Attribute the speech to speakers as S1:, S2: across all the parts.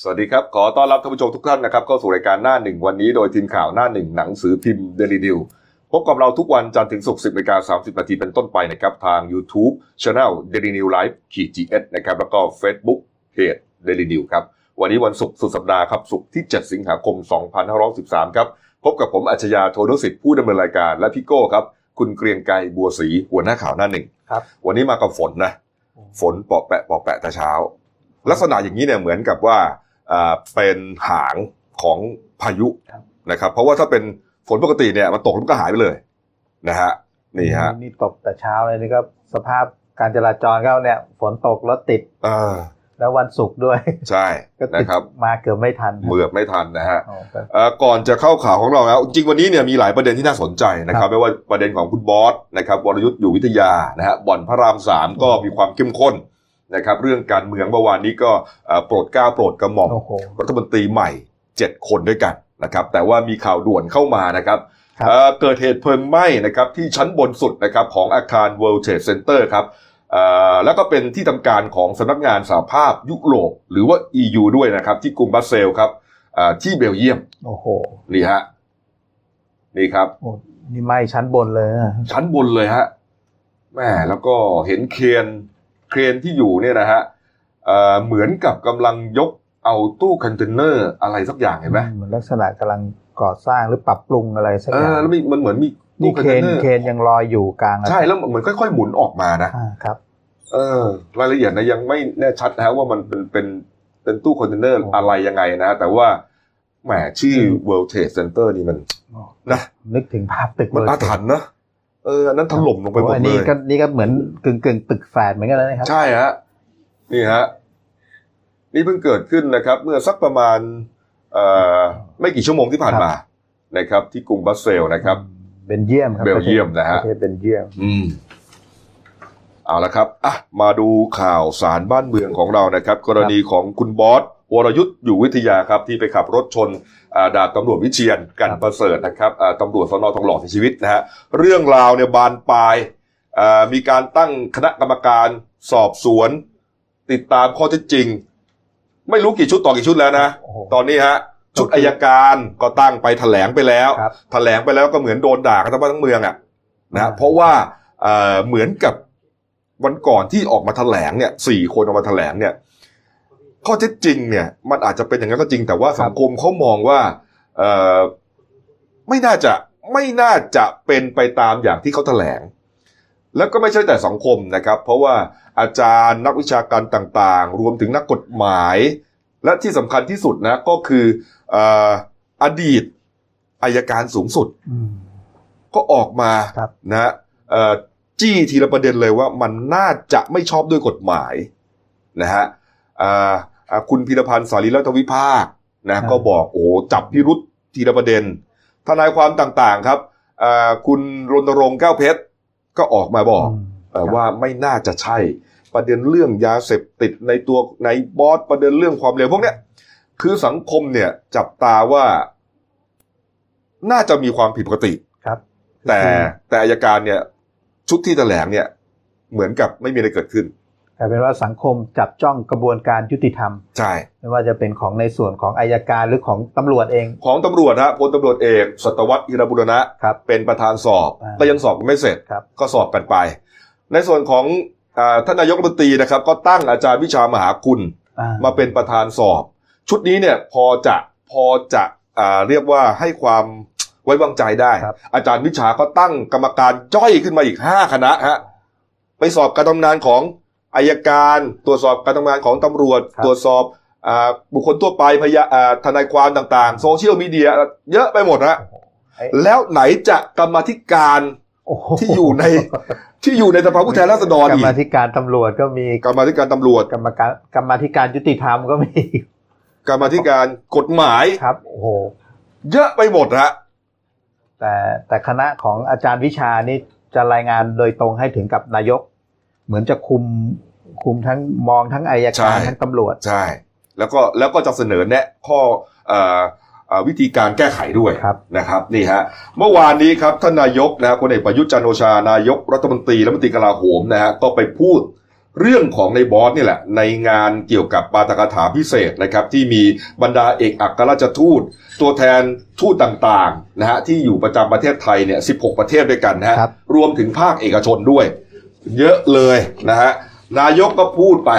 S1: สวัสดีครับ ขอต้อนรับท่านผู้ชมทุกท่านนะครับเข้าสู่รายการหน้าหนึ่งวันนี้โดยทีมข่าวหน้าหนึ่งหนังสือพิมพ์เดลิดิวพบกับเราทุกวันจันทร์ถึงศุกร์สิบนาฬิกาสามสิบนาทีเป็นต้นไปนะครับทาง YouTube Channel d a i l y New Life ขีดจีเอสนะครับแล้วก็ Facebook เพจ d a i l y New ครับ วันนี้วันศุกร์สุดสัปดาห์ครับศุกร์ที่ 7 สิงหาคม 2513 ครับ พบกับผมอัจฉริยะโทนุสิทธิ์ผู้ดำเนินรายการและพี่โก้ครับ คุณเกรียงไกรบัวศรีหัวหน้าข่าวหน้าหนึ่ง
S2: ครับ
S1: วันนี้มากับฝนนะ ฝนเปาะแปะเปาะแปะแต่เช้า ลักษณะอย่างนี้เนี่ยเหมือนกับว่าอ่าเป็นหางของพายุ
S2: ครับ
S1: นะครับ เพราะว่าถ้าเป็นฝนปกติเนี่ยมันตกแล้วมันก็หายไปเลยนะฮะนี่ฮะ
S2: นี่ตกแต่เช้าเลยนี่ก็สภาพการจราจรก็เนี่ย ฝนตกรถติด
S1: เออ
S2: แล้ววันศุกร์ด้วย
S1: ใช่
S2: ก็ติ
S1: นะ
S2: ด
S1: ครับ
S2: มาเกือบไม่ทัน
S1: เหมือบไม่ทันนะฮะ
S2: โอ้ก็
S1: เอ่อก่อนจะเข้าข่าวของเราแล้ว จริงวันนี้เนี่ยมีหลายประเด็นที่น่าสนใจนะค
S2: ค
S1: รั
S2: รั
S1: บบ ไม่ว่าประเด็นของคุณบอสนะครับวรยุทธ์อยู่วิทยานะฮะบ่อนพระรามสามก็มีความเข้มข้นนะครับ เรื่องการเมืองเมื่อวานนี้ก็เอ่อโปรดเกล้าโปรดกระหม่อม
S2: โอ้โห
S1: รัฐมนตรีใหม่ 7 คนด้วยกันนะครับ แต่ว่ามีข่าวด่วนเข้ามานะครับ
S2: ครับ
S1: เอ่อเกิดเหตุเพลิงไหม้นะครับที่ชั้นบนสุดนะครับของอาคาร World Trade Center ครับเอ่อแล้วก็เป็นที่ทำการของสำนักงานสหภาพยุโรปหรือว่า EU ด้วยนะครับที่กรุงบรัสเซลส์ครับเอ่อที่เบลเยียม
S2: โอ้โห
S1: นี่ฮะ นี่ครับ
S2: โอ้นี่ไหมชั้นบนเลยนะ
S1: ชั้นบนเลยฮะแหม่แล้วก็เห็นเครนเครนที่อยู่เนี่ยนะฮะเอ่อเหมือนกับกำลังยกเอาตู้คอนเทนเนอร์อะไรสักอย่างเห็นไหม
S2: อืมือนลักษณะกำลังก่อสร้างหรือปรับปรุงอะไรสัก
S1: เอ
S2: อย่า
S1: องแล้วมีมันเหมือนมีตู้
S2: นี่
S1: คอน
S2: เคร
S1: เทนเน
S2: น
S1: อร์
S2: เครนยังลอยอยู่กลาง
S1: ใช่แล้วเหมือนค่อยๆหมุนออกมานะ
S2: อ่าครับ
S1: เออ รายละเอียดนะยังไม่แน่ชัดนะฮะว่ามันเป็นเป็นเป็นตู้คอนเทนเนอร์
S2: อ๋ออ
S1: อะไรยังไงนะ แต่ว่าแหมชื่อ World Trade Center นี่มัน นะ
S2: นึกถึงภาพตึก
S1: มัน
S2: เบ
S1: อา
S2: ร์เจ็ด
S1: ถรรพ์นะเอออันนั้นถล่มลงไปหมด
S2: โอ้อัน
S1: เล
S2: นี้
S1: ย
S2: ก็นี่ก็เหมือนกึ่งกึ่งๆตึกแฝดเหมือนกันเลยนะครับ
S1: ใช่ฮะนี่ฮะนี่เพิ่งเกิดขึ้นนะครับ เมื่อสักประมาณเอ่อไม่กี่ชั่วโมงที่ผ่านมานะครับ ที่กรุงบรัสเซลส์นะครับ
S2: เบนเยียมครับ
S1: เบลเยียมนะฮะ
S2: ประเทศเบนเยียม
S1: อืมเอาละครับอ่ะมาดูข่าวสารบ้านเมืองของเรานะครับ กรณีของคุณบอสวรยุทธ์อยู่วิทยาครับ ที่ไปขับรถชนอ่าดาบตำรวจวิเชียนกัน
S2: ครับ
S1: ประเสริฐนะครับอ่าตำรวจสนทองหล่อเสียชีวิตนะฮะเรื่องราวเนี่ยบานปลายอ่ามีการตั้งคณะกรรมการสอบสวน ติดตามข้อเท็จจริง ไม่รู้กี่ชุดต่อกี่ชุดแล้วนะ
S2: โอ้โห
S1: ตอนนี้ฮะ ชุด
S2: ก็คือ
S1: อายการก็ตั้งไปแถลงไปแล้ว
S2: ครับ
S1: แถลงไปแล้วก็เหมือนโดนด่ากันทั้งบ้านทั้งเมืองอ่ะนะฮะ
S2: อ่า
S1: เพราะว่าเอ่อเหมือนกับวันก่อนที่ออกมาแถลงเนี่ยสี่คนออกมาแถลงเนี่ย ข้อเท็จจริงเนี่ย มันอาจจะเป็นอย่างนั้นก็จริงแต่ว่าสังคมเขามองว่าเอ่อไม่น่าจะไม่น่าจะเป็นไปตามอย่างที่เขาแถลง แล้วก็ไม่ใช่แต่สังคมนะครับ เพราะว่าอาจารย์นักวิชาการต่างๆ รวมถึงนักกฎหมาย และที่สำคัญที่สุดนะก็คือเอ่ออดีตอายการสูงสุด
S2: อืม
S1: ก็ออกมา
S2: ครับ
S1: นะเอ่อจี้ทีละประเด็นเลยว่ามันน่าจะไม่ชอบด้วยกฎหมายนะฮะเอ่ออ่ะคุณพิรพันธ์สารีรัตนวิภาคนะก็บอกโอ้โหจับพิรุษทีละประเด็น ทนายความต่างๆครับเอ่อคุณรณรงค์แก้วเพชรก็ออกมาบอก
S2: ม
S1: เอ่อ
S2: ครับ
S1: ว่าไม่น่าจะใช่ ประเด็นเรื่องยาเสพติดในตัวในบอสประเด็นเรื่องความเร็วพวกเนี้ยคือสังคมเนี่ยจับตาว่า น่าจะมีความผิดปกติ
S2: ครับ
S1: แต่แต่อายการเนี่ย ชุดที่แถลงเนี่ย เหมือนกับไม่มีอะไรเกิดขึ้น
S2: กลายเป็นว่าสังคมจับจ้องกระบวนการยุติธรรม
S1: ใช่
S2: ไม่ว่าจะเป็นของในส่วนของอายการหรือของตำรวจเอง
S1: ของตำรวจฮะพลตำรวจเอกสัตวัตอิรบุรณะ
S2: ครับ
S1: เป็นประธานสอบ
S2: อ่า
S1: ก็ยังสอบไม่เสร็จ
S2: ครับ
S1: ก็สอบกันไป ในส่วนของอาท่านนายกรัฐมนตรีนะครับ ก็ตั้งอาจารย์วิชามหาคุณ
S2: อ่
S1: มาเป็นประธานสอบ ชุดนี้เนี่ยพอจะพอจะอ่าเรียกว่าให้ความไว้วางใจได้
S2: ครับ
S1: อาจารย์วิชาก็ตั้งกรรมการย่อยขึ้นมาอีก 5 คณะฮะไปสอบการทำงานของอายการ ตรวจสอบการทำงานของตำรวจ
S2: ครับ
S1: ตรวจสอบอาบุคคลทั่วไปพยาอ่าทนายความต่างๆ โซเชียลมีเดียเยอะไปหมดฮะ
S2: โอ้โหไอ้
S1: แล้วไหนจะกรรมาธิการ
S2: โอ้โห
S1: ที่อยู่ใน ที่อยู่ในสภาผู้แทนราษฎร
S2: กร
S1: อี
S2: รมาก ธิการตำรวจก็มี
S1: กรรมาธิการตำรวจ
S2: กรรมการกรรมาธิการยุติธรรมก็มี
S1: กรรมาธิการกฎหมาย
S2: ครับ โอ้โห
S1: เยอะไปหมดฮะ
S2: แต่แต่คณะของอาจารย์วิชานี่จะรายงานโดยตรงให้ถึงกับนายก เหมือนจะคุมคุมทั้งมองทั้งอายการ
S1: ใช่
S2: ทั้งตำรวจ
S1: ใช่ แล้วก็แล้วก็จะเสนอแนะข้อเอ่อเอ่อวิธีการแก้ไขด้วย
S2: ครับ
S1: นะครับนี่ฮะเมื่อวานนี้ครับท่านนายกนะฮะพลเอกประยุทธ์จันทร์โอชานายกรัฐมนตรีและรัฐมนตรีกลาโหมนะฮะก็ไปพูด เรื่องของในบอสนี่แหละ ในงานเกี่ยวกับปาตกถาพิเศษนะครับ ที่มีบรรดาเอกอัครราชทูต ตัวแทนทูตต่างๆนะฮะที่อยู่ประจำประเทศไทยเนี่ย 16 ประเทศด้วยกันนะฮะ
S2: ครับ
S1: รวมถึงภาคเอกชนด้วย เยอะเลยนะฮะนายกก็พูดไป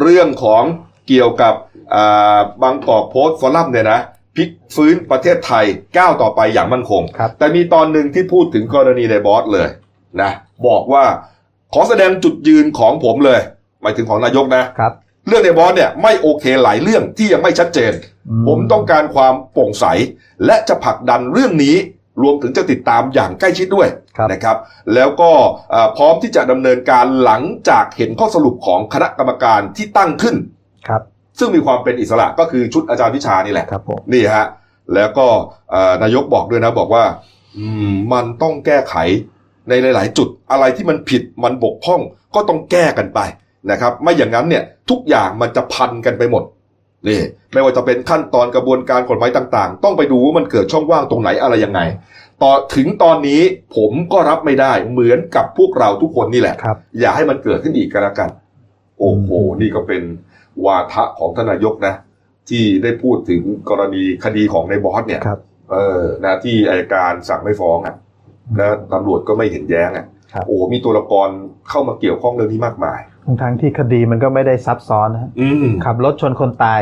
S1: เรื่องของเกี่ยวกับอ่าบางกอกโพสต์ฟอรัมเนี่ยนะพลิกฟื้นประเทศไทยก้าวต่อไปอย่างมั่นคง
S2: ครับ
S1: แต่มีตอนหนึ่งที่พูดถึงกรณีในบอสเลยนะบอกว่าขอแสดงจุดยืนของผมเลย หมายถึงของนายกนะ
S2: ครับ
S1: เรื่องในบอสเนี่ยไม่โอเคหลายเรื่องที่ยังไม่ชัดเจน
S2: อื
S1: ผมต้องการความโปร่งใส และจะผลักดันเรื่องนี้รวมถึงจะติดตามอย่างใกล้ชิดด้วย
S2: ครับ
S1: นะครับ แล้วก็เอ่อพร้อมที่จะดำเนินการหลังจากเห็นข้อสรุปของคณะกรรมการที่ตั้งขึ้น
S2: ครับ
S1: ซึ่งมีความเป็นอิสระก็คือชุดอาจารย์วิชานี่แหละ
S2: ครับผม
S1: นี่ฮะ แล้วก็เอ่อนายกบอกด้วยนะบอกว่า อืมมันต้องแก้ไขในหลาย ๆ จุดอะไรที่มันผิดมันบกพร่องก็ต้องแก้กันไปนะครับ ไม่อย่างนั้นเนี่ยทุกอย่างมันจะพันกันไปหมดนี่ไม่ว่าจะเป็นขั้นตอนกระบวนการกฎหมายต่าง ๆ ต้องไปดูว่ามันเกิดช่องว่างตรงไหนอะไรยังไงต่อถึงตอนนี้ผมก็รับไม่ได้เหมือนกับพวกเราทุกคนนี่แหละ
S2: ครับ
S1: อย่าให้มันเกิดขึ้นอีกก็แล้วกัน โอ้โห นี่ก็เป็นวาทะของทานนายกนะ ที่ได้พูดถึงกรณีคดีของในบอสเนี่ย
S2: ครับ
S1: เออนะที่อายการสั่งไม่ฟ้องอ่ะแล้วตำรวจก็ไม่เห็นแย้งอ่ะ
S2: ครับ
S1: โอ้โหมีตัวละครเข้ามาเกี่ยวข้องเรื่องนี้มากมาย
S2: ทั้งๆที่คดีมันก็ไม่ได้ซับซ้อนนะฮะ
S1: อืม
S2: ขับรถชนคนตาย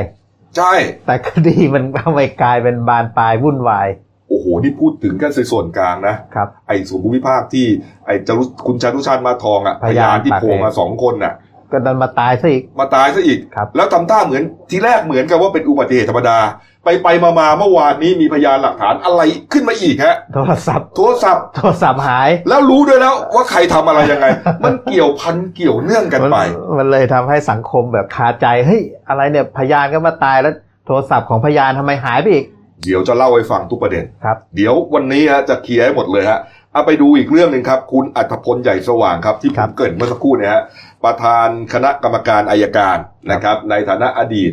S1: ใช่
S2: แต่คดีมัน ทำไมกลายเป็นบานปลายวุ่นวาย
S1: โอ้โห นี่พูดถึงกันในส่วนกลางนะ
S2: ครับ
S1: ไอ้ส่วนภูมิภาคที่ไอ้จรุคุณจารุชาติมาทองอ่ะพ
S2: พยาน
S1: ยานที่
S2: ปาก
S1: โผล่
S2: แดง
S1: มาสองคนน่ะ
S2: ก็ดันมาตายซะอีก
S1: มาตายซะอีก
S2: ครับ
S1: แล้วทำท่าเหมือนทีแรกเหมือนกับว่าเป็นอุบัติเหตุธรรมดา ไปไปมามาเมื่อวานนี้มีพยานหลักฐานอะไรขึ้นมาอีกฮะ
S2: โทรศัพท์
S1: โทรศัพท์
S2: โทรศัพท์หาย
S1: แล้วรู้ด้วยแล้วว่าใครทำอะไรยังไง มันเกี่ยวพันเกี่ยวเนื่องกัน
S2: มั
S1: ไป
S2: มันเลยทำให้สังคมแบบคาใจเฮ้ยอะไรเนี่ยพยานก็มาตายแล้ว โทรศัพท์ของพยานทำไมหายไปอีก
S1: เดี๋ยวจะเล่าให้ฟังทุกประเด็น
S2: ครับ
S1: เดี๋ยววันนี้ฮะจะเคลียร์ให้หมดเลยฮะเอาไปดูอีกเรื่องหนึ่งครับ คุณอัธพลใหญ่สว่างครับที่ผมเกริดเมื่อสักครู่เนี่ยฮะประธานคณะกรรมการอายการนะครับ ในฐานะอดีต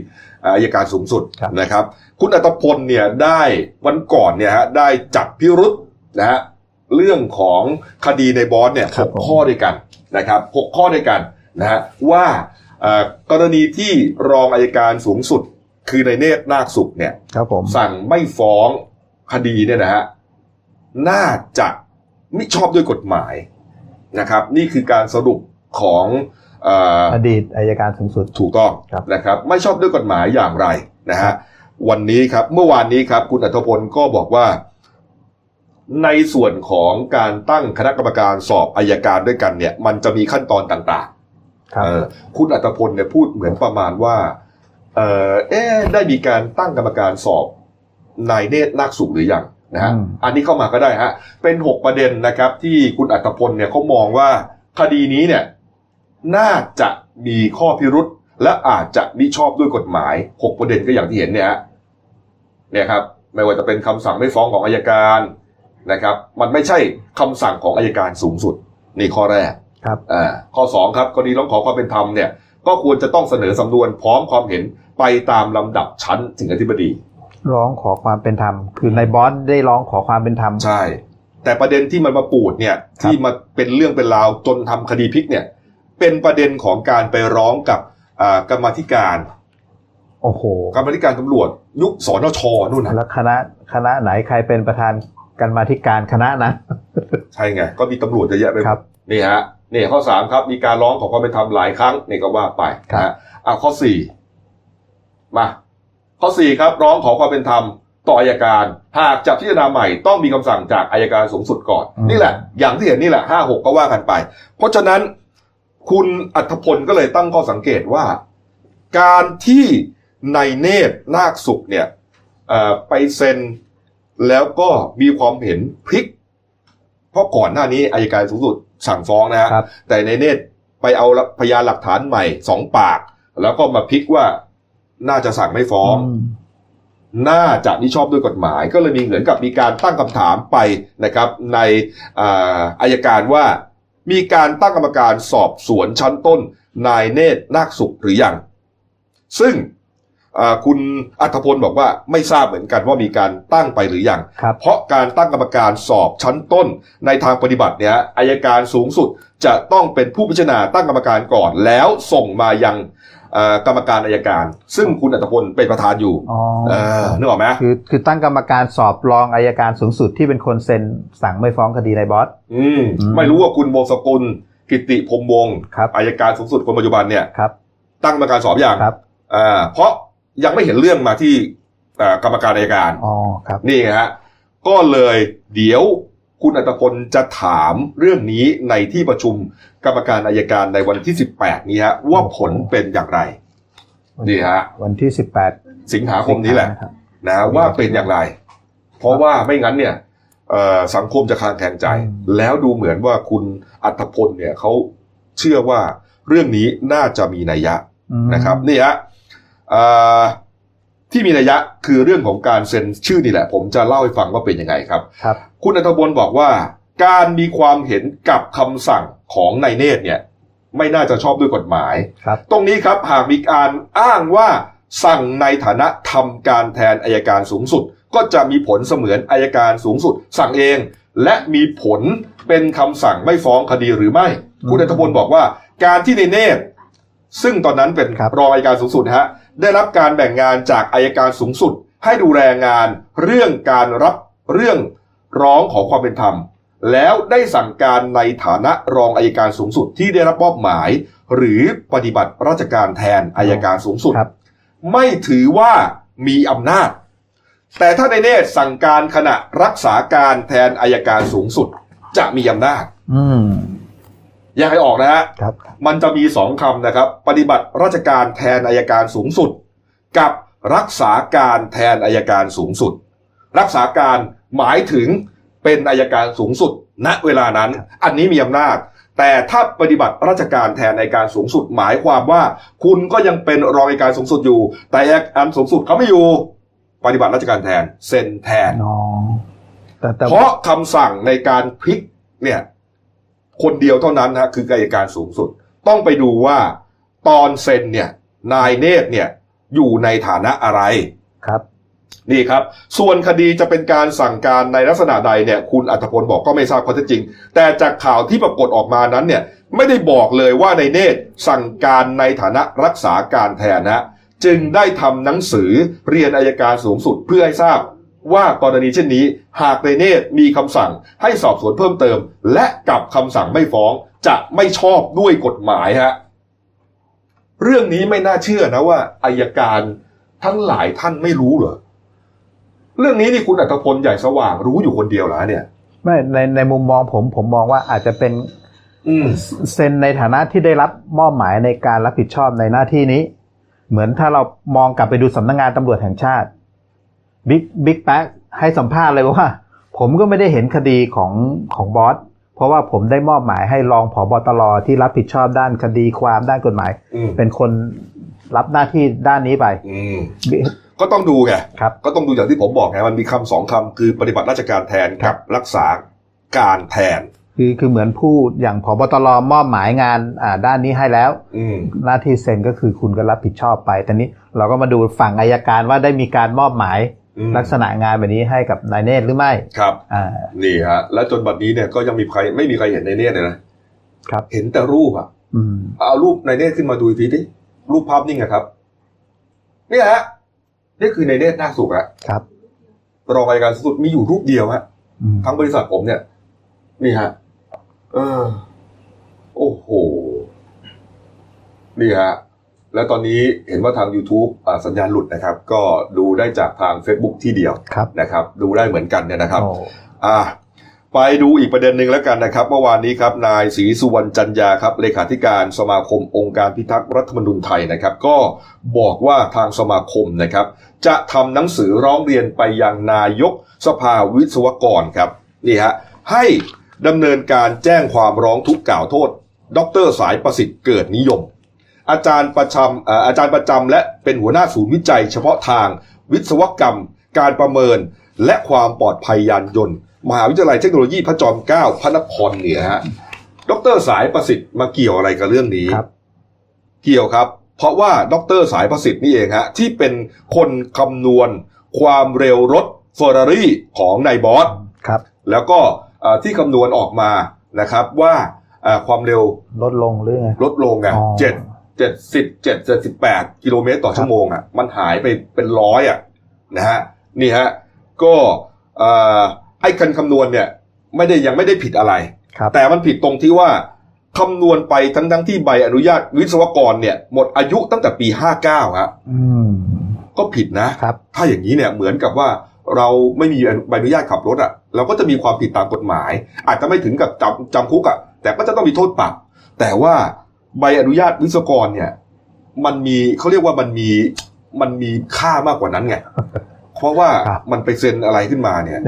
S1: อายการสูงสุดนะครับ คุณอัธพลเนี่ยได้วันก่อนเนี่ยฮะได้จับพิรุษนะฮะเรื่องของคดีในบอสเนี่ยหกข้อด้วยกันนะครับหกข้อด้วยกันนะฮะว่าเอ่อกรณีที่รองอายการสูงสุด คือในเนตรนาคสุขเนี่ย
S2: ครับผม
S1: สั่งไม่ฟ้องคดีเนี่ยนะฮะน่าจะมิชอบด้วยกฎหมายนะครับ นี่คือการสรุปของเออ
S2: อดีตอายการสูงสุด
S1: ถูกต้อง
S2: ครับ
S1: นะครับ ไม่ชอบด้วยกฎหมายอย่างไรนะฮะวันนี้ครับเมื่อวานนี้ครับ คุณอัธพลก็บอกว่า ในส่วนของการตั้งคณะกรรมการสอบอายการด้วยกันเนี่ย มันจะมีขั้นตอนต่างๆ
S2: ครับ
S1: เอ่อคุณอัตพลเนี่ยพูดเหมือนประมาณว่า เอ่อเอ๊ะได้มีการตั้งกรรมการสอบนายเนตรนาคสุขหรือยังนะฮะ
S2: อืม
S1: อันนี้เข้ามาก็ได้ฮะเป็นหกประเด็นนะครับ ที่คุณอัตพลเนี่ยเขามองว่าคดีนี้เนี่ยน่าจะมีข้อพิรุษและอาจจะมิชอบด้วยกฎหมายหกประเด็นก็อย่างที่เห็นเนี่ยฮะเนี่ยครับไม่ว่าจะเป็นคำสั่งไม่ฟ้องของอายการนะครับ มันไม่ใช่คำสั่งของอายการสูงสุดนี่ข้อแรก อ่าข้อ 2 ครับกรณีร้องขอความเป็นธรรมเนี่ยก็ควรจะต้องเสนอสำนวนพร้อมความเห็นไปตามลำดับชั้นถึงอธิบดี
S2: ร้องขอความเป็นธรรม คือในบอสได้ร้องขอความเป็นธรรม
S1: ใช่ แต่ประเด็นที่มันมาปูดเนี่ย
S2: ครับ
S1: ที่มาเป็นเรื่องเป็นราวจนทำคดีพลิกเนี่ยเป็นประเด็นของการไปร้องกับอ่ากรรมาธิการ
S2: โอ้โห
S1: กรรมาธิการตำรวจ ยุคสนชนู่นนะ
S2: แล้วคณะคณะไหนใครเป็นประธานกันมาธิการคณะนั้น
S1: ใช่ไง ก็มีตำรวจเยอะแยะไปหมด
S2: ครับ
S1: นี่ฮะนี่ข้อสามครับ มีการร้องขอความเป็นธรรมหลายครั้งนี่ก็ว่าไป
S2: ครับ
S1: นะฮะอ่ะข้อสี่มาข้อสี่ครับร้องขอความเป็นธรรมต่ออายการ หากจะพิจารณาใหม่ต้องมีคำสั่งจากอายการสูงสุดก่อน นี่แหละ อย่างที่เห็นนี่แหละห้าหกก็ว่ากันไป เพราะฉะนั้นคุณอัธพลก็เลยตั้งข้อสังเกตว่า การที่ในายเนตรนาคสุขเนี่ยเอ่อไปเซ็นแล้วก็มีความเห็นพลิก เพราะก่อนหน้านี้อายการสูงสุดสั่งฟ้องนะฮะ
S2: ครับ
S1: แต่ในเนตรไปเอาพยานหลักฐานใหม่สองปาก แล้วก็มาพลิกว่าน่าจะสั่งไม่ฟ้อง
S2: ม
S1: น่าจะนิชอบด้วยกฎหมาย ก็เลยมีเหมือนกับมีการตั้งคำถามไปนะครับ ในอ่าอายการว่ามีการตั้งกรรมการสอบสวนชั้นต้น นายเนตรนาคสุขหรือยังซึ่ง อ่าคุณอัธพลบอกว่าไม่ทราบเหมือนกันว่ามีการตั้งไปหรือยัง
S2: ครับ
S1: เพราะการตั้งกรรมการสอบชั้นต้นในทางปฏิบัติเนี่ยอายการสูงสุดจะต้องเป็นผู้พิจารณาตั้งกรรมการก่อน แล้วส่งมายังเอ่อกรรมการอายการ ซึ่งคุณอัตพลเป็นประธานอยู่
S2: อ๋อ
S1: เออนึกออกไหม
S2: คือคือตั้งกรรมการสอบรองอายการสูงสุดที่เป็นคนเซ็นสั่งไม่ฟ้องคดีนายบอส
S1: อืม
S2: อืม
S1: ไม่รู้ว่าคุณวงศกุลกิติพรหมวงศ์
S2: ครับ
S1: อายการสูงสุดคนปัจจุบันเนี่ย
S2: ครับ
S1: ตั้งกรรมการสอบอย่าง
S2: ครับ
S1: อ่าเพราะยังไม่เห็นเรื่องมาที่เอ่อกรรมการอายการ
S2: อ๋อครับ
S1: นี่ไงฮะ ก็เลยเดี๋ยวคุณอัตพลจะถามเรื่องนี้ในที่ประชุมกรรมการอายการในวันที่ 18 นี้ฮะ ว่าผลเป็นอย่างไร นี่ฮะ
S2: วันที่สิบแปด
S1: สิงหาคมนี้แหละ
S2: ครับ
S1: นะว่าเป็นอย่างไร เพราะว่าไม่งั้นเนี่ยเอ่อสังคมจะคลางแคลงใจ
S2: อืม
S1: แล้วดูเหมือนว่าคุณอัตพลเนี่ยเขาเชื่อว่าเรื่องนี้น่าจะมีนัยยะ
S2: อืม
S1: นะครับนี่ฮะเอ่อที่มีนัยยะคือเรื่องของการเซ็นชื่อนี่แหละ ผมจะเล่าให้ฟังว่าเป็นยังไงครับ
S2: ครับ
S1: คุณอัธบลบอกว่า การมีความเห็นกับคำสั่งของนายเนตรเนี่ย ไม่น่าจะชอบด้วยกฎหมาย
S2: ครับ
S1: ตรงนี้ครับหากมีการอ้างว่าสั่งในฐานะทำการแทนอายการสูงสุด ก็จะมีผลเสมือนอายการสูงสุด สั่งเอง และมีผลเป็นคำสั่งไม่ฟ้องคดีหรือไม่ คุณอัธพลบอกว่า การที่ในเนตร ซึ่งตอนนั้นเป็นรองอายการสูงสุดนะฮะได้รับการแบ่งงานจากอายการสูงสุด ให้ดูแลงานเรื่องการรับเรื่องร้องขอความเป็นธรรม แล้วได้สั่งการในฐานะรองอายการสูงสุดที่ได้รับมอบหมาย หรือปฏิบัติราชการแทนอายการสูงสุด
S2: ครับ
S1: ไม่ถือว่ามีอำนาจ แต่ถ้าในเนตรสั่งการขณะรักษาการแทนอายการสูงสุด จะมีอำนาจ
S2: อืม
S1: แยกให้ออกนะฮะ
S2: ครับ
S1: มันจะมีสองคำนะครับ ปฏิบัติราชการแทนอายการสูงสุด กับรักษาการแทนอายการสูงสุด รักษาการหมายถึงเป็นอายการสูงสุด ณเวลานั้น อันนี้มีอำนาจ แต่ถ้าปฏิบัติราชการแทนอายการสูงสุด หมายความว่า คุณก็ยังเป็นรองอายการสูงสุดอยู่ แต่อายการสูงสุดเขาไม่อยู่ ปฏิบัติราชการแทนเซ็นแทน
S2: อ๋อแต่แต่
S1: เพราะคำสั่งในการพลิกเนี่ย คนเดียวเท่านั้นนะคืออัยการสูงสุด ต้องไปดูว่าตอนเซ็นเนี่ย นายเนตรเนี่ย อยู่ในฐานะอะไร
S2: ครับ
S1: นี่ครับ ส่วนคดีจะเป็นการสั่งการในลักษณะใดเนี่ย คุณอัธพลบอกก็ไม่ทราบข้อเท็จจริง แต่จากข่าวที่ปรากฏออกมานั้นเนี่ย ไม่ได้บอกเลยว่าในายเนตรสั่งการในฐานะรักษาการแทนนะจึงได้ทำหนังสือเรียนอายการสูงสุดเพื่อให้ทราบ ว่ากรณีเช่นนี้ หากในายเนตรมีคำสั่งให้สอบสวนเพิ่มเติม และกับคำสั่งไม่ฟ้องจะไม่ชอบด้วยกฎหมายฮะเรื่องนี้ไม่น่าเชื่อนะว่าอายการทั้งหลายท่านไม่รู้เหรอ เรื่องนี้นี่คุณอัตพลใหญ่สว่างรู้อยู่คนเดียวเหรอเนี่ย
S2: ไม่ในในมุมมองผมผมมองว่าอาจจะเป็น
S1: อืม
S2: เซ็นในฐานะที่ได้รับมอบหมายในการรับผิดชอบในหน้าที่นี้ เหมือนถ้าเรามองกลับไปดูสำนักงานตำรวจแห่งชาติบิ๊กบิ๊กแป๊กให้สัมภาษณ์เลยว่า ผมก็ไม่ได้เห็นคดีของของบอสเพราะว่าผมได้มอบหมายให้รองผอบตรที่รับผิดชอบด้านคดีความด้านกฎหมาย
S1: อืม
S2: เป็นคนรับหน้าที่ด้านนี้ไป
S1: อืมก็ต้องดูไง
S2: ครับ
S1: ก็ต้องดูอย่างที่ผมบอกไง มันมีคำสองคำคือปฏิบัติราชการแทนกับรักษาการแทน
S2: คือคือเหมือนผู้อย่างพบตรมอบหมายงานอ่าด้านนี้ให้แล้ว
S1: อืม
S2: หน้าที่เซ็นก็คือคุณก็รับผิดชอบไปแต่นี้เราก็มาดูฝั่งอายการว่าได้มีการมอบหมาย
S1: อืม
S2: ลักษณะงานแบบนี้ให้กับนายเนตรหรือไม่
S1: ครับ
S2: อ่า
S1: นี่ฮะ แล้วจนบัดนี้เนี่ยก็ยังมีใครไม่มีใครเห็นในเนตรเลยนะครับ เห็นแต่รูปอะ
S2: อืม
S1: เอารูปในเนตรขึ้นมาดูอีกทีดิรูปภาพนิ่งอะครับ เนี่ยฮะ นี่คือในเนตรหน้าสุกอะ
S2: ครับ
S1: รองรายการสูงสุดมีอยู่รูปเดียวฮะ
S2: อืม
S1: ทั้งบริษัทผมเนี่ย นี่ฮะ เออ โอ้โห นี่ฮะ แล้วตอนนี้เห็นว่าทาง YouTube อ่าสัญญาณหลุดนะครับ ก็ดูได้จากทาง Facebook ที่เดียว
S2: ครับ
S1: นะครับ ดูได้เหมือนกันเนี่ยนะครับ
S2: โอ้
S1: อ่าไปดูอีกประเด็นหนึ่งแล้วกันนะครับ เมื่อวานนี้ครับนายศรีสุวรรณจันยาครับเลขาธิการสมาคมองค์การพิทักษ์รัฐธรรมนูญไทยนะครับ ก็บอกว่าทางสมาคมนะครับ จะทำหนังสือร้องเรียนไปยังนายกสภาวิศวกรครับนี่ฮะให้ดำเนินการแจ้งความร้องทุกข์กล่าวโทษ ดรสายประสิทธิ์เกิดนิยม อาจารย์ประจำเอ่ออาจารย์ประจำและเป็นหัวหน้าศูนย์วิจัย เฉพาะทางวิศวกรรม การประเมิน และความปลอดภัยยานยนต์ มหาวิทยาลัยเทคโนโลยีพระจอมเกล้าพระนครเหนือฮะดรสายประสิทธิ์มาเกี่ยวอะไรกับเรื่องนี้
S2: ครับ
S1: เกี่ยวครับ เพราะว่าดรสายประสิทธิ์นี่เองฮะที่เป็นคนคำนวณความเร็วรถเฟอร์รารี่ของนายบอส
S2: ครับ
S1: แล้วก็เอ่อที่คำนวณออกมานะครับว่าเอ่อความเร็ว
S2: ลดลงหรือไง
S1: ลดลงอ่ะ
S2: อ๋อ
S1: เจ็ดเจ็ดสิบเจ็ดเจ็ดสิบแปดกิโลเมตรต่อชั่วโมงอ่ะมันหายไปเป็นร้อยอ่ะนะฮะนี่ฮะก็เอ่อไอ้คันคำนวณเนี่ยไม่ได้ยังไม่ได้ผิดอะไร
S2: ครับ
S1: แต่มันผิดตรงที่ว่าคำนวณไปทั้งทั้งๆที่ใบอนุญาตวิศวกรเนี่ยหมดอายุตั้งแต่ปี 59ฮะ
S2: อืม
S1: ก็ผิดนะ
S2: ครับ
S1: ถ้าอย่างนี้เนี่ยเหมือนกับว่าเราไม่มีใบอนุญาตขับรถอะ่ะเราก็จะมีความผิดตามกฎหมาย อาจจะไม่ถึงกับจำจำคุกอะ่ะ แต่ก็จะต้องมีโทษปรับแต่ว่าใบอนุญาตวิศวกรเนี่ย มันมีเขาเรียกว่ามันมีมันมีค่ามากกว่านั้นไงเพราะว่า
S2: ครับ
S1: มันไปเซ็นอะไรขึ้นมาเนี่ย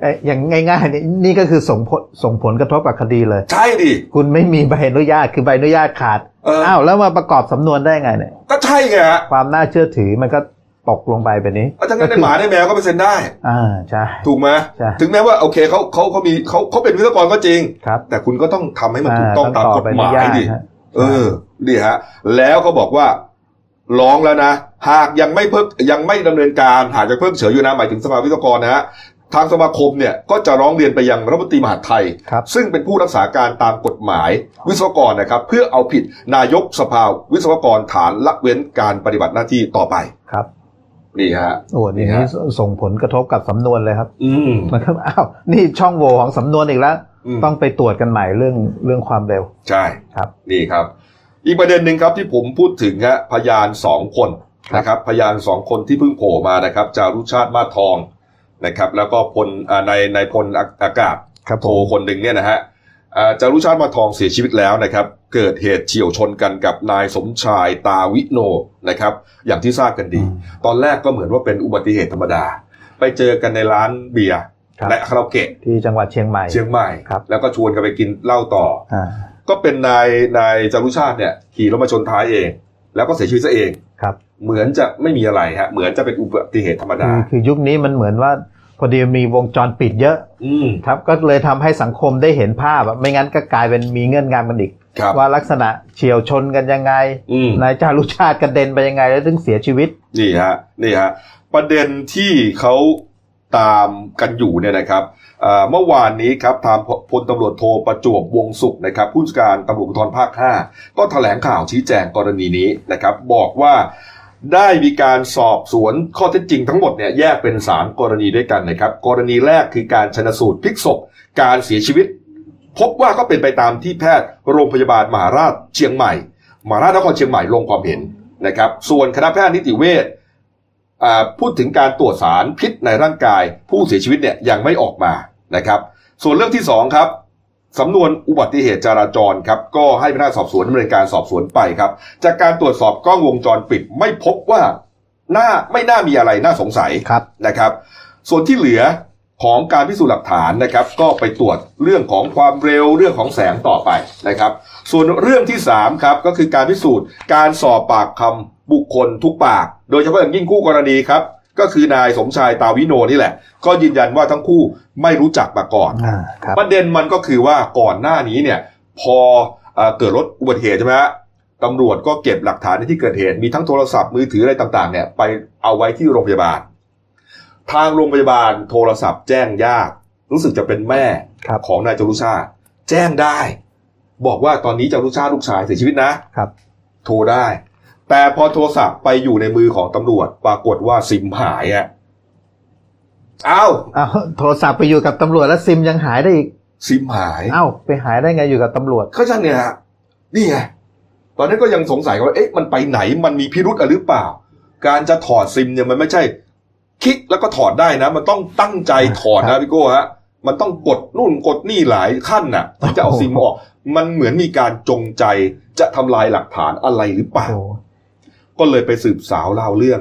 S2: เอ้ยอย่างง่ายๆนี่นี่ก็คือส่งผลส่งผลกระทบกับคดีเลย
S1: ใช่ดิ
S2: คุณไม่มีใบอนุญาตคือใบอนุญาตขาด
S1: เออ
S2: อ้าวแล้วมาประกอบสำนวนได้ไงเนี่ย
S1: ก็ใช่ไงฮะ
S2: ความน่าเชื่อถือมันก็ตกลงไปแบบนี้
S1: เอาถ้างั้นในหมาในแมวก็ไปเซ็นได้
S2: อ่าใช่
S1: ถูกไหม
S2: ใช่
S1: ถึงแม้ว่าโอเคเขาเขาเขามีเขาเขาเป็นวิศวกรก็จริง
S2: ครับ
S1: แต่คุณก็ต้องทำให้มันถูกต้องตามกฎหมายดิ
S2: ฮะ
S1: เออดีฮะ แล้วเขาบอกว่าร้องแล้วนะ หากยังไม่เพิกยังไม่ดำเนินการ หากจะเพิกเฉยอยู่นะหมายถึงสภาวิศวกรนะฮะ ทางสมาคมเนี่ยก็จะร้องเรียนไปยังรัฐมนตรีมหาดไทย
S2: ครับ
S1: ซึ่งเป็นผู้รักษาการตามกฎหมายวิศวกรนะครับ เพื่อเอาผิดนายกสภาวิศวกรฐานละเว้นการปฏิบัติหน้าที่ต่อไป
S2: ครับ
S1: นี่ฮะ
S2: โอ้
S1: นี่
S2: นี่
S1: ฮะ
S2: นี่ส่งผลกระทบกับสำนวนเลยครับ
S1: อืม
S2: มันก็อ้าวนี่ช่องโหว่ของสำนวนอีกแล้ว
S1: ม
S2: ต้องไปตรวจกันใหม่เรื่องเรื่องความเร็ว
S1: ใช่
S2: ครับ
S1: นี่ครับ อีกประเด็นหนึ่งครับที่ผมพูดถึงฮะพยานสองคน
S2: ครับ
S1: นะครับ พยานสองคนที่เพิ่งโผล่มานะครับ จารุชาติมาศทองนะครับ แล้วก็พลอ่าในในพลอาอากาศ
S2: ครับ
S1: โท
S2: ผม
S1: คนหนึ่งเนี่ยนะฮะอ่าจารุชาติมาศทองเสียชีวิตแล้วนะครับ เกิดเหตุเฉี่ยวชนกันกับนายสมชายตาวิโนนะครับ อย่างที่ทราบกันดี ตอนแรกก็เหมือนว่าเป็นอุบัติเหตุธรรมดา ไปเจอกันในร้านเบียร์
S2: ครับ
S1: และคาราโอเกะ
S2: ที่จังหวัดเชียงใหม่
S1: เชียงใหม่
S2: ครับ
S1: แล้วก็ชวนกันไปกินเหล้าต่อ
S2: อ่า
S1: ก็เป็นนายนายจารุชาติเนี่ยขี่รถมาชนท้ายเอง แล้วก็เสียชีวิตซะเอง
S2: ครับ
S1: เหมือนจะไม่มีอะไรฮะ เหมือนจะเป็นอุบัติเหตุธรรมดา
S2: คือคือยุคนี้มันเหมือนว่า พอดีมีวงจรปิดเยอะ
S1: อืม
S2: ครับก็เลยทำให้สังคมได้เห็นภาพอะไม่งั้นก็กลายเป็นมีเงื่อนงำกันอีก
S1: ครับ
S2: ว่าลักษณะเฉียวชนกันยังไง
S1: อืม
S2: นายจารุชาติกระเด็นไปยังไงแล้วถึงเสียชีวิต
S1: นี่ฮะนี่ฮะประเด็นที่เขาตามกันอยู่เนี่ยนะครับเอ่อเมื่อวานนี้ครับทางพพลตำรวจโทประจวบวงสุขนะครับ ผู้จัดการตำรวจภูธรภาค 5 ก็แถลงข่าวชี้แจงกรณีนี้นะครับ บอกว่าได้มีการสอบสวนข้อเท็จจริงทั้งหมดเนี่ยแยกเป็น 3 กรณีด้วยกันนะครับ กรณีแรกคือการชนสูตรพลิกศพการเสียชีวิต พบว่าก็เป็นไปตามที่แพทย์โรงพยาบาลมหาราชเชียงใหม่มหาราชนครเชียงใหม่ลงความเห็นนะครับ ส่วนคณะแพทย์นิติเวชอ่าพูดถึงการตรวจสารพิษในร่างกาย ผู้เสียชีวิตเนี่ยยังไม่ออกมานะครับ ส่วนเรื่องที่สองครับสำนวนอุบัติเหตุจราจรครับก็ให้พนักงานสอบสวนดำเนินการสอบสวนไปครับ จากการตรวจสอบกล้องวงจรปิดไม่พบว่าหน้าไม่น่ามีอะไรน่าสงสัย
S2: ครับ
S1: นะครับส่วนที่เหลือของการพิสูจน์หลักฐานนะครับ ก็ไปตรวจเรื่องของความเร็วเรื่องของแสงต่อไปนะครับ ส่วนเรื่องที่สามครับก็คือการพิสูจน์การสอบปากคำบุคคลทุกปาก โดยเฉพาะอย่างยิ่งคู่กรณีครับ ก็คือนายสมชายตาวิโนนี่แหละ ก็ยืนยันว่าทั้งคู่ไม่รู้จักมาก่อน
S2: อ่าครับ
S1: ประเด็นมันก็คือว่าก่อนหน้านี้เนี่ยพอเอ่อเกิดรถอุบัติเหตุใช่ไหมฮะตำรวจก็เก็บหลักฐานในที่เกิดเหตุ มีทั้งโทรศัพท์มือถืออะไรต่างๆเนี่ยไปเอาไว้ที่โรงพยาบาล ทางโรงพยาบาลโทรศัพท์แจ้งญาติรู้สึกจะเป็นแม่
S2: ครับ
S1: ของนายจารุชาติแจ้งได้ บอกว่าตอนนี้จารุชาติลูกชายเสียชีวิตนะ
S2: ครับ
S1: โทรได้ แต่พอโทรศัพท์ไปอยู่ในมือของตำรวจ ปรากฏว่าซิมหายอะเอ้า
S2: เอาโทรศัพท์ไปอยู่กับตำรวจแล้วซิมยังหายได้อีก
S1: ซิมหาย
S2: เอ้าไปหายได้ไงอยู่กับตำรวจ
S1: ก็ช่างเนี่ยฮะนี่ไงตอนนั้นก็ยังสงสัยว่าเอ๊ะมันไปไหนมันมีพิรุธอะไรหรือเปล่า การจะถอดซิมเนี่ยมันไม่ใช่ คลิกแล้วก็ถอดได้นะ มันต้องตั้งใจถอด
S2: ครั
S1: นะ
S2: บ
S1: พี่โก้ฮะมันต้องกดนู่นกดนี่หลายขั้นน่ะถึงจะเอา
S2: โอ้โห
S1: ซิมออก มันเหมือนมีการจงใจจะทำลายหลักฐานอะไรหรือเปล่า
S2: โอ้
S1: ก็เลยไปสืบสาวราวเรื่อง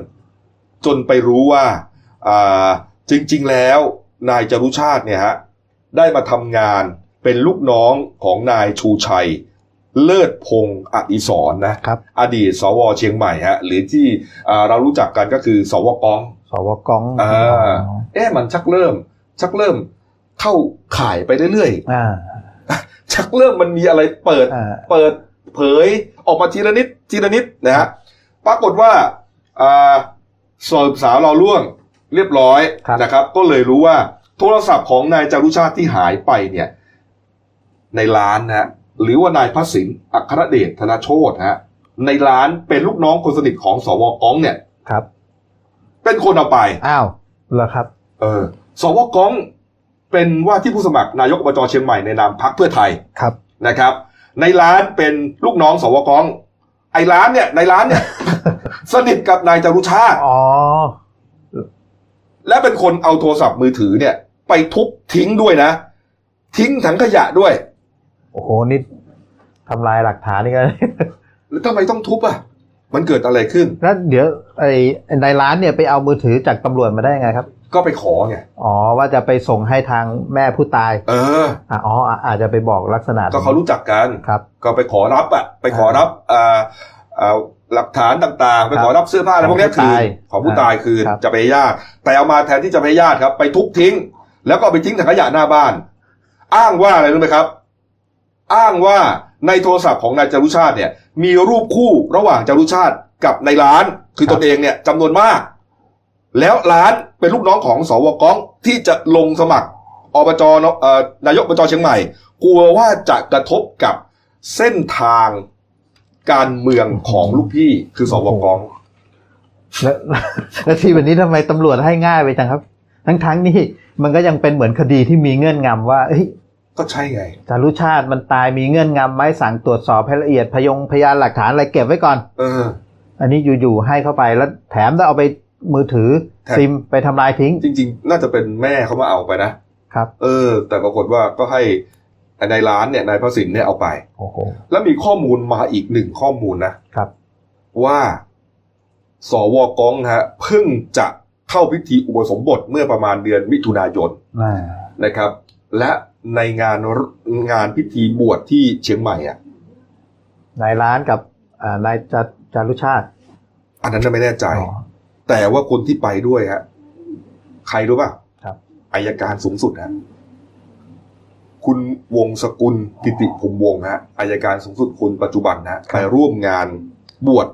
S1: จนไปรู้ว่าอ่าจริงๆแล้ว นายจรุชาติเนี่ยฮะได้มาทำงานเป็นลูกน้องของนายชูชัย เลิศพงศ์อดิศรนะครับอดีต สวเชียงใหม่ฮะหรือที่อ่าเรารู้จักกันก็คือสวกอง
S2: สวกอง
S1: อ่า เอ๊ะมันชักเริ่ม ชักเริ่มเข้าข่ายไปเรื่อย
S2: อ่า
S1: ๆ ชักเริ่มมันมีอะไรเปิด
S2: อ่า
S1: เปิด เผยออกมาทีละนิดทีละนิดนะฮะปรากฏว่าอ่าสืบสาวเราล่วงเรียบร้อย
S2: ครับ
S1: นะครับ ก็เลยรู้ว่าโทรศัพท์ของนายจารุชาติที่หายไปเนี่ย ในร้านนะฮะหรือว่านายพระสิงห์อัครเดชธนโชตฮะในร้านเป็นลูกน้องคนสนิทของสวก้องเนี่ย
S2: ครับ
S1: เป็นคนเอาไป
S2: อ้าวเหรอครับ
S1: เออสวก้องเป็นว่าที่ผู้สมัครนายกอบจเชียงใหม่ในนามพักเพื่อไทย
S2: ครับ
S1: นะครับ ในร้านเป็นลูกน้องสวกอง ไอ้ร้านเนี่ย ในร้าน เนี่ย สนิทกับนายจารุชาติ
S2: อ๋อ
S1: และเป็นคนเอาโทรศัพท์มือถือเนี่ย ไปทุบทิ้งด้วยนะ ทิ้งถังขยะด้วย
S2: โอ้โหนี่ทำลายหลักฐานนี่ กัน
S1: แล้วทำไมต้องทุบอ่ะ มันเกิดอะไรขึ้น
S2: แล้วเดี๋ยวไอ้ในร้านเนี่ยไปเอามือถือจากตำรวจมาได้ยังไงครับ
S1: ก็ไปขอไง
S2: อ๋อว่าจะไปส่งให้ทางแม่ผู้ตาย
S1: เออ
S2: อ่ะอ๋ออ่ะอาจจะไปบอกลักษณะ
S1: ก็เขารู้จักกัน
S2: ครับ
S1: ก็ไปขอรับอ่ะ ไปขอรับอ่าอ่าหลักฐานต่างๆ ไปขอรับเสื้อผ้าอะไรพวกเนี้ย
S2: ของ
S1: คืน
S2: ผู้ตาย
S1: ของผู้ตายคืน
S2: ครับ
S1: จะไปให้ญาติแต่เอามาแทนที่จะไปให้ญาติครับ ไปทุบทิ้ง แล้วก็เอาไปทิ้งถังขยะหน้าบ้าน อ้างว่าอะไรรู้ไหมครับ อ้างว่าในโทรศัพท์ของนายจารุชาติเนี่ย มีรูปคู่ระหว่างจารุชาติกับในายร้าน คือตนเองเนี่ยจำนวนมาก แล้วร้านเป็นลูกน้องของสวก้องที่จะลงสมัครอบจเนอะเอ่อนายกอบจเชียงใหม่ กลัวว่าจะกระทบกับเส้นทางการเมืองของลูกพี่คือสวก้อง
S2: แล้ว แล้วที่วันนี้ทำไมตำรวจให้ง่ายไปจังครับ ทั้งทั้งๆนี่มันก็ยังเป็นเหมือนคดีที่มีเงื่อนงำว่าเอ้ย
S1: ก็ใช่ไง
S2: จารุชาติมันตายมีเงื่อนงำไหมสั่งตรวจสอบให้ละเอียดพยงพยานหลักฐานอะไรเก็บไว้ก่อน
S1: เออ
S2: อันนี้อยู่ๆให้เข้าไปแล้วแถมได้เอาไปมือถือ
S1: แถม
S2: ซิมไปทำลายทิ้ง
S1: จริง ๆ น่าจะเป็นแม่เขามาเอาไปนะ
S2: ครับ
S1: เออ แต่ปรากฏว่าก็ให้นายร้านเนี่ยนายพระสินเนี่ยเอาไป
S2: โอ้โห
S1: แล้วมีข้อมูลมาอีกหนึ่งข้อมูลนะครับ ว่า สวกองนะฮะเพิ่งจะเข้าพิธีอุปสมบทเมื่อประมาณเดือนมิถุนายน
S2: น่า
S1: นะครับ และในงานงานพิธีบวชที่เชียงใหม่อ่ะ
S2: นายร้านกับอ่านายจาจารุชาติ
S1: อันนั้นน่ะไม่แน่ใจ
S2: อ๋อ
S1: แต่ว่าคนที่ไปด้วยฮะใครรู้ป่ะ
S2: ครับ
S1: อายการสูงสุดฮะคุณวงศกุลกิติผมวงศ์ฮะอายการสูงสุดคนปัจจุบันนะฮะไปร่วมงานบวช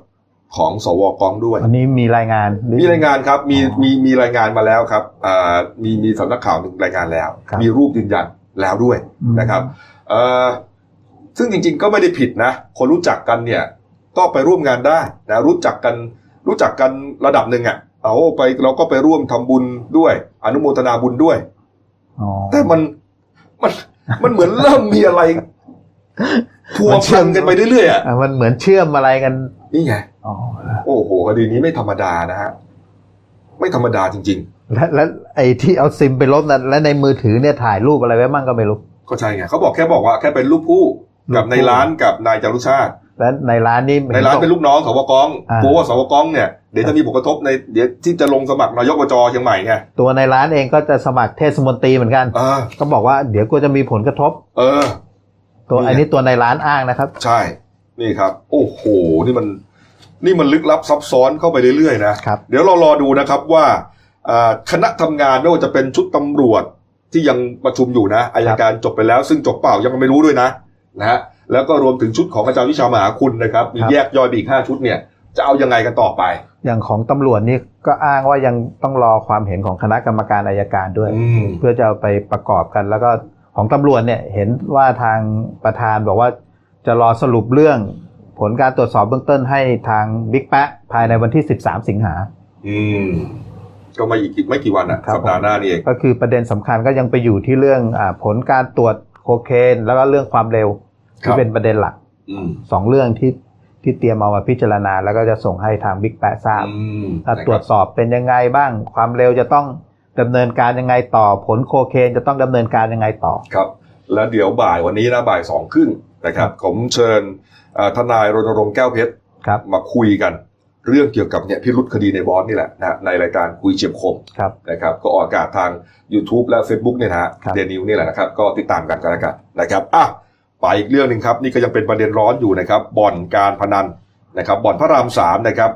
S1: ของสวกองด้วย
S2: วันนี้มีรายงานหอ
S1: มีรายงานครับ มี
S2: อ๋อ
S1: มีมีรายงานมาแล้วครับอ่ามีมีสำนักข่าวหนึ่งรายงานแล้ว
S2: ครับ
S1: มีรูปยืนยันแล้วด้วย
S2: อืม
S1: นะครับเอ่อซึ่งจริง ๆ ก็ไม่ได้ผิดนะ คนรู้จักกันเนี่ย ก็ไปร่วมงานได้นะรู้จักกันรู้จักกันระดับหนึ่งอะ่ะเอาไปเราก็ไปร่วมทำบุญด้วย อนุโมทนาบุญด้วย
S2: อ๋อ
S1: แต่มันมันมันเหมือนเริ่มมี อะไรพัว
S2: มันเชื่
S1: พั
S2: อน ม
S1: กันไปเรื่อยๆอ่ะ
S2: อ่ะมันเหมือนเชื่อมอะไรกัน
S1: นี่ไง
S2: อ๋อ
S1: โอ้โหคดีนี้ไม่ธรรมดานะฮะไม่ธรรมดาจริง ๆ
S2: และและไอ้ที่เอาซิมไปลบนั้นและในมือถือเนี่ยถ่ายรูปอะไรไว้มั่งก็ไม่รู้
S1: ก็ใช่ไงเขาบอกแค่บอกว่าแค่เป็นลูกผู้กับ
S2: ลูกผู้
S1: ในร้านกับนายจารุชาติ
S2: และในร้านนี่
S1: ในร้าน
S2: ห็บอ
S1: เป็น
S2: ก
S1: ลูกน้องสวกอง
S2: อ่าก ก
S1: ลัวว่าสวกองเนี่ยเดี๋ยวจะมีผลกระทบในเดี๋ยวที่จะลงสมัครนายกอบจเชียงใหม่ไง
S2: ตัวในร้านเองก็จะสมัครเทศมนตรีเหมือนกัน
S1: เออ
S2: ก็บอกว่าเดี๋ยวกูจะมีผลกระทบ
S1: เออ
S2: ตัว
S1: นี่ไง
S2: อันนี้ตัวในร้านอ้างนะครับ
S1: ใช่ นี่ครับ โอ้โหนี่มันนี่มันลึกลับซับซ้อนเข้าไปเรื่อยๆนะ
S2: ครับ
S1: เดี๋ยวเรารอดูนะครับว่าอ่าคณะทำงานไม่ว่าจะเป็นชุดตำรวจที่ยังประชุมอยู่นะอายการจบไปแล้ว ซึ่งจบเปล่ายังไม่รู้ด้วยนะนะฮะแล้วก็รวมถึงชุดของอาจารย์วิชามหาคุณนะครับมี
S2: ครับ
S1: แยกย่อยไปอีกห้าชุดเนี่ย จะเอายังไงกันต่อไป
S2: อย่างของตำรวจนี่ก็อ้างว่ายังต้องรอความเห็นของคณะกรรมการอายการด้วย
S1: อืม
S2: เพื่อจะเอาไปประกอบกันแล้วก็ของตำรวจเนี่ยเห็นว่าทางประธานบอกว่าจะรอสรุปเรื่อง ผลการตรวจสอบเบื้องต้นให้ทางบิ๊กแปะภายในวันที่ 13 สิงหา
S1: อืมก็มาอีกไม่กี่วันอ่ะ
S2: ครับ
S1: สัปดาห์หน้านี่เอง
S2: ก็คือประเด็นสำคัญก็ยังไปอยู่ที่เรื่องอาผลการตรวจโคเคนแล้วก็เรื่องความเร็วที่เป็นประเด็นหลัก
S1: อืม
S2: สองเรื่องที่ที่เตรียมเอามาพิจารณา แล้วก็จะส่งให้ทางบิ๊กแปะทราบ
S1: อืม
S2: ถ้าตรวจสอบเป็นยังไงบ้าง ความเร็วจะต้องดำเนินการยังไงต่อ ผลโคเคนจะต้องดำเนินการยังไงต่อ
S1: ครับ แล้วเดี๋ยวบ่ายวันนี้นะบ่ายสองครึ่งนะครับ ผมเชิญเอ่อทนายรณรงค์แก้วเพชร
S2: ครับ
S1: มาคุยกันเรื่องเกี่ยวกับเนี่ยพิรุษคดีในบอสนี่แหละนะฮะในรายการคุยเฉียบคม
S2: ครับ
S1: นะครับก็ออกอากาศทาง YouTube และ Facebook เนี่ยนะฮะ
S2: ครับ
S1: เดนิวนี่แหละนะครับ ก็ติดตามกันกันแล้วกันนะครับอ่ะไปอีกเรื่องหนึ่งครับ นี่ก็ยังเป็นประเด็นร้อนอยู่นะครับ บ่อนการพนันนะครับ บ่อนพระรามสามนะครับ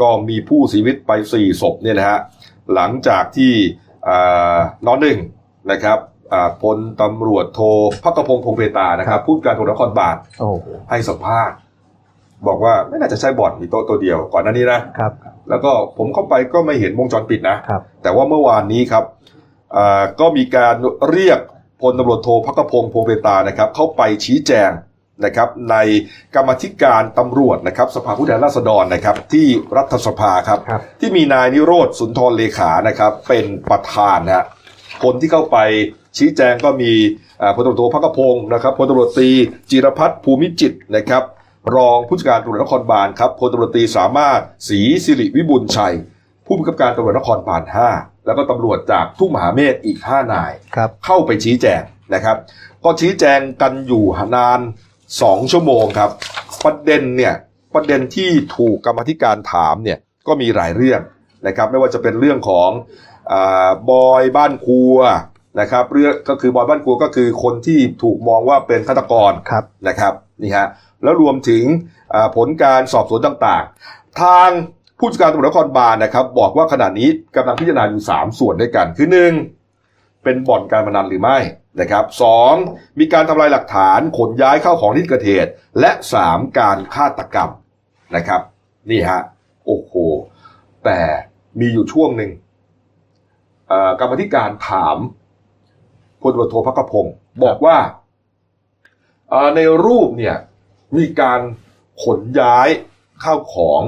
S1: ก็มีผู้เสียชีวิตไป 4 ศพเนี่ยนะฮะหลังจากที่อ่านอนหนึ่งนะครับอ่าพลตำรวจโทพักกระพงษ์พงษ์เพตรานะครับผู้การตำรวจนครบาล
S2: โอ้โห
S1: ให้สัมภาษณ์ บอกว่าไม่น่าจะใช่บ่อนมีโต๊ะตัวเดียวก่อนหน้านี้นะ
S2: ครับ
S1: แล้วก็ผมเข้าไปก็ไม่เห็นวงจรปิดนะ
S2: ครับ
S1: แต่ว่าเมื่อวานนี้ครับเอ่อก็มีการเรียกพลตำรวจโทพักพงศ์พงเพตรานะครับ เข้าไปชี้แจงนะครับ ในกรรมาธิการตำรวจนะครับ สภาผู้แทนราษฎรนะครับ ที่รัฐสภาครับ
S2: ครับ
S1: ที่มีนายนิโรธสุนทรเลขานะครับ เป็นประธานนะฮะคนที่เข้าไปชี้แจงก็มีเอ่อพลตำรวจโทพักพงศ์นะครับพลตำรวจตรีจิรพัฒน์ภูมิจิตรนะครับ รองผู้จัดการตำรวจนครบาลครับพลตำรวจตรีสามารถศรีสิริวิบุญชัย ผู้บังคับการตำรวจนครบาล5แล้วก็ตำรวจจากทุ่งมหาเมฆอีก 5 นาย
S2: ครับ
S1: เข้าไปชี้แจงนะครับ ก็ชี้แจงกันอยู่นาน 2 ชั่วโมงครับ ประเด็นเนี่ยประเด็นที่ถูกกรรมาธิการถามเนี่ยก็มีหลายเรื่องนะครับ ไม่ว่าจะเป็นเรื่องของอาบอยบ้านครัวนะครับเรื่องก็คือบอยบ้านครัวก็คือคนที่ถูกมองว่าเป็นฆาตกร
S2: ครับ
S1: นะครับนี่ฮะแล้วรวมถึงอ่าผลการสอบสวนต่างๆ ทางผู้จัดการตำรวจนครบาลนะครับ บอกว่าขณะนี้กำลังพิจารณาอยู่ 3 ส่วนด้วยกัน คือ 1. เป็นบ่อนการพนันหรือไม่นะครับสองมีการทำลายหลักฐานขนย้ายเข้าของที่เกิดเหตุและ 3. การฆาตกรรมนะครับ นี่ฮะโอ้โห แต่มีอยู่ช่วงหนึ่งเอ่อกรรมธิการถามพลตำรวจโทพักกพงศ์บอกว่า เอ่อในรูปเนี่ยมีการขนย้ายข้าวของ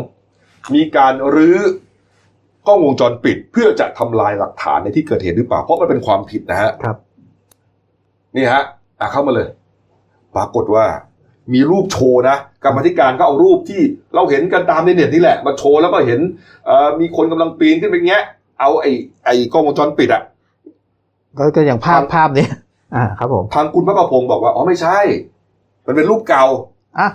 S1: มีการรื้อกล้องวงจรปิด เพื่อจะทำลายหลักฐานในที่เกิดเหตุหรือเปล่า เพราะมันเป็นความผิดนะฮะ
S2: ครับ
S1: นี่ฮะอ่ะเข้ามาเลย ปรากฏว่า มีรูปโชว์นะกรรมาธิการก็เอารูปที่เราเห็นกันตามในเน็ตนี่แหละ มาโชว์แล้วก็เห็นเอ่อมีคนกำลังปีนขึ้นไปแงะเอาไอ้ไอ้กล้องวงจรปิดอะ
S2: ก็ก็อย่างภาพ
S1: ครับ
S2: ภาพนี้ อ่า ครับผม
S1: ทางคุณพระประพงศ์บอกว่าอ๋อไม่ใช่ มันเป็นรูปเก่า
S2: อ่ะ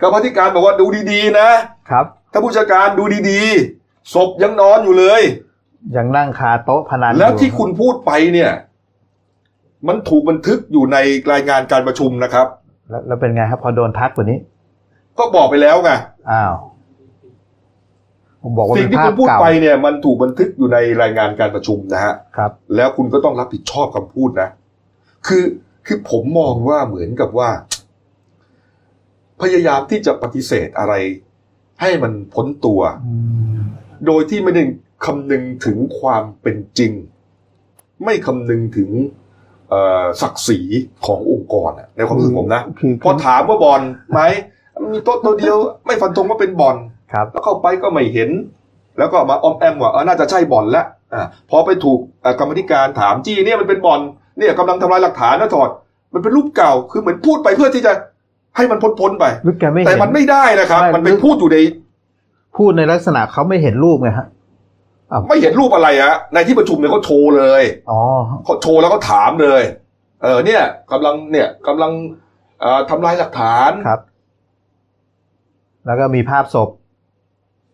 S1: กรรมาธิการบอกว่าดูดีๆนะ
S2: ครับ
S1: ถ้าผู้จัดการดูดีๆ ศพยังนอนอยู่เลย
S2: ยังนั่งคาโต๊ะพนัน
S1: แล้ว
S2: อยู่
S1: ที่คุณพูดไปเนี่ย มันถูกบันทึกอยู่ในรายงานการประชุมนะครับ
S2: แล้วแล้วเป็นไงครับ พอโดนทักกว่านี้
S1: ก็บอกไปแล้วไง
S2: อ้าว ผมบอกว่า
S1: สิ่
S2: เป็
S1: ง
S2: น
S1: ที่
S2: ภา
S1: คุ
S2: พ
S1: ณพูด
S2: เก่า
S1: ไปเนี่ยมันถูกบันทึกอยู่ในรายงานการประชุมนะฮะ
S2: ครับ
S1: แล้วคุณก็ต้องรับผิดชอบคำพูดนะ คือคือผมมองว่าเหมือนกับว่า พยายามที่จะปฏิเสธอะไร ให้มันพ้นตัว
S2: อืม
S1: โดยที่ไม่ได้คำนึงถึงความเป็นจริง ไม่คำนึงถึงเอ่อศักดิ์ศรีขององค์กรอะในความรู้สึกผมนะ
S2: คือ
S1: พอถามว่าบอลไหมมีโต๊ะตัวเดียว ไม่ฟันธงว่าเป็นบอล
S2: ครับ
S1: แล้วเข้าไปก็ไม่เห็น แล้วก็มาออมแอมว่าเออน่าจะใช่บอลละอ่าพอไปถูกเอ่อกรรมธิการถามจี้เนี่ยมันเป็นบอลเนี่ยกำลังทำลายหลักฐานนะถอด มันเป็นรูปเก่าคือเหมือนพูดไปเพื่อที่จะให้มันพ้นๆไป
S2: หรือแกไม่เห็น
S1: แต่มันไม่ได้นะครับ
S2: ไม่
S1: มันไปพูดอยู่ใน
S2: พูดในลักษณะเขาไม่เห็นรูปไงฮะ
S1: ไม่เห็นรูปอะไรอะในที่ประชุมเนี่ยเขาโชว์เลย
S2: อ๋อ
S1: เขาโชว์แล้วก็ถามเลย เออเนี่ยกำลังเนี่ยกำลังเอ่อทำลายหลักฐาน
S2: ครับ แล้วก็มีภาพศพ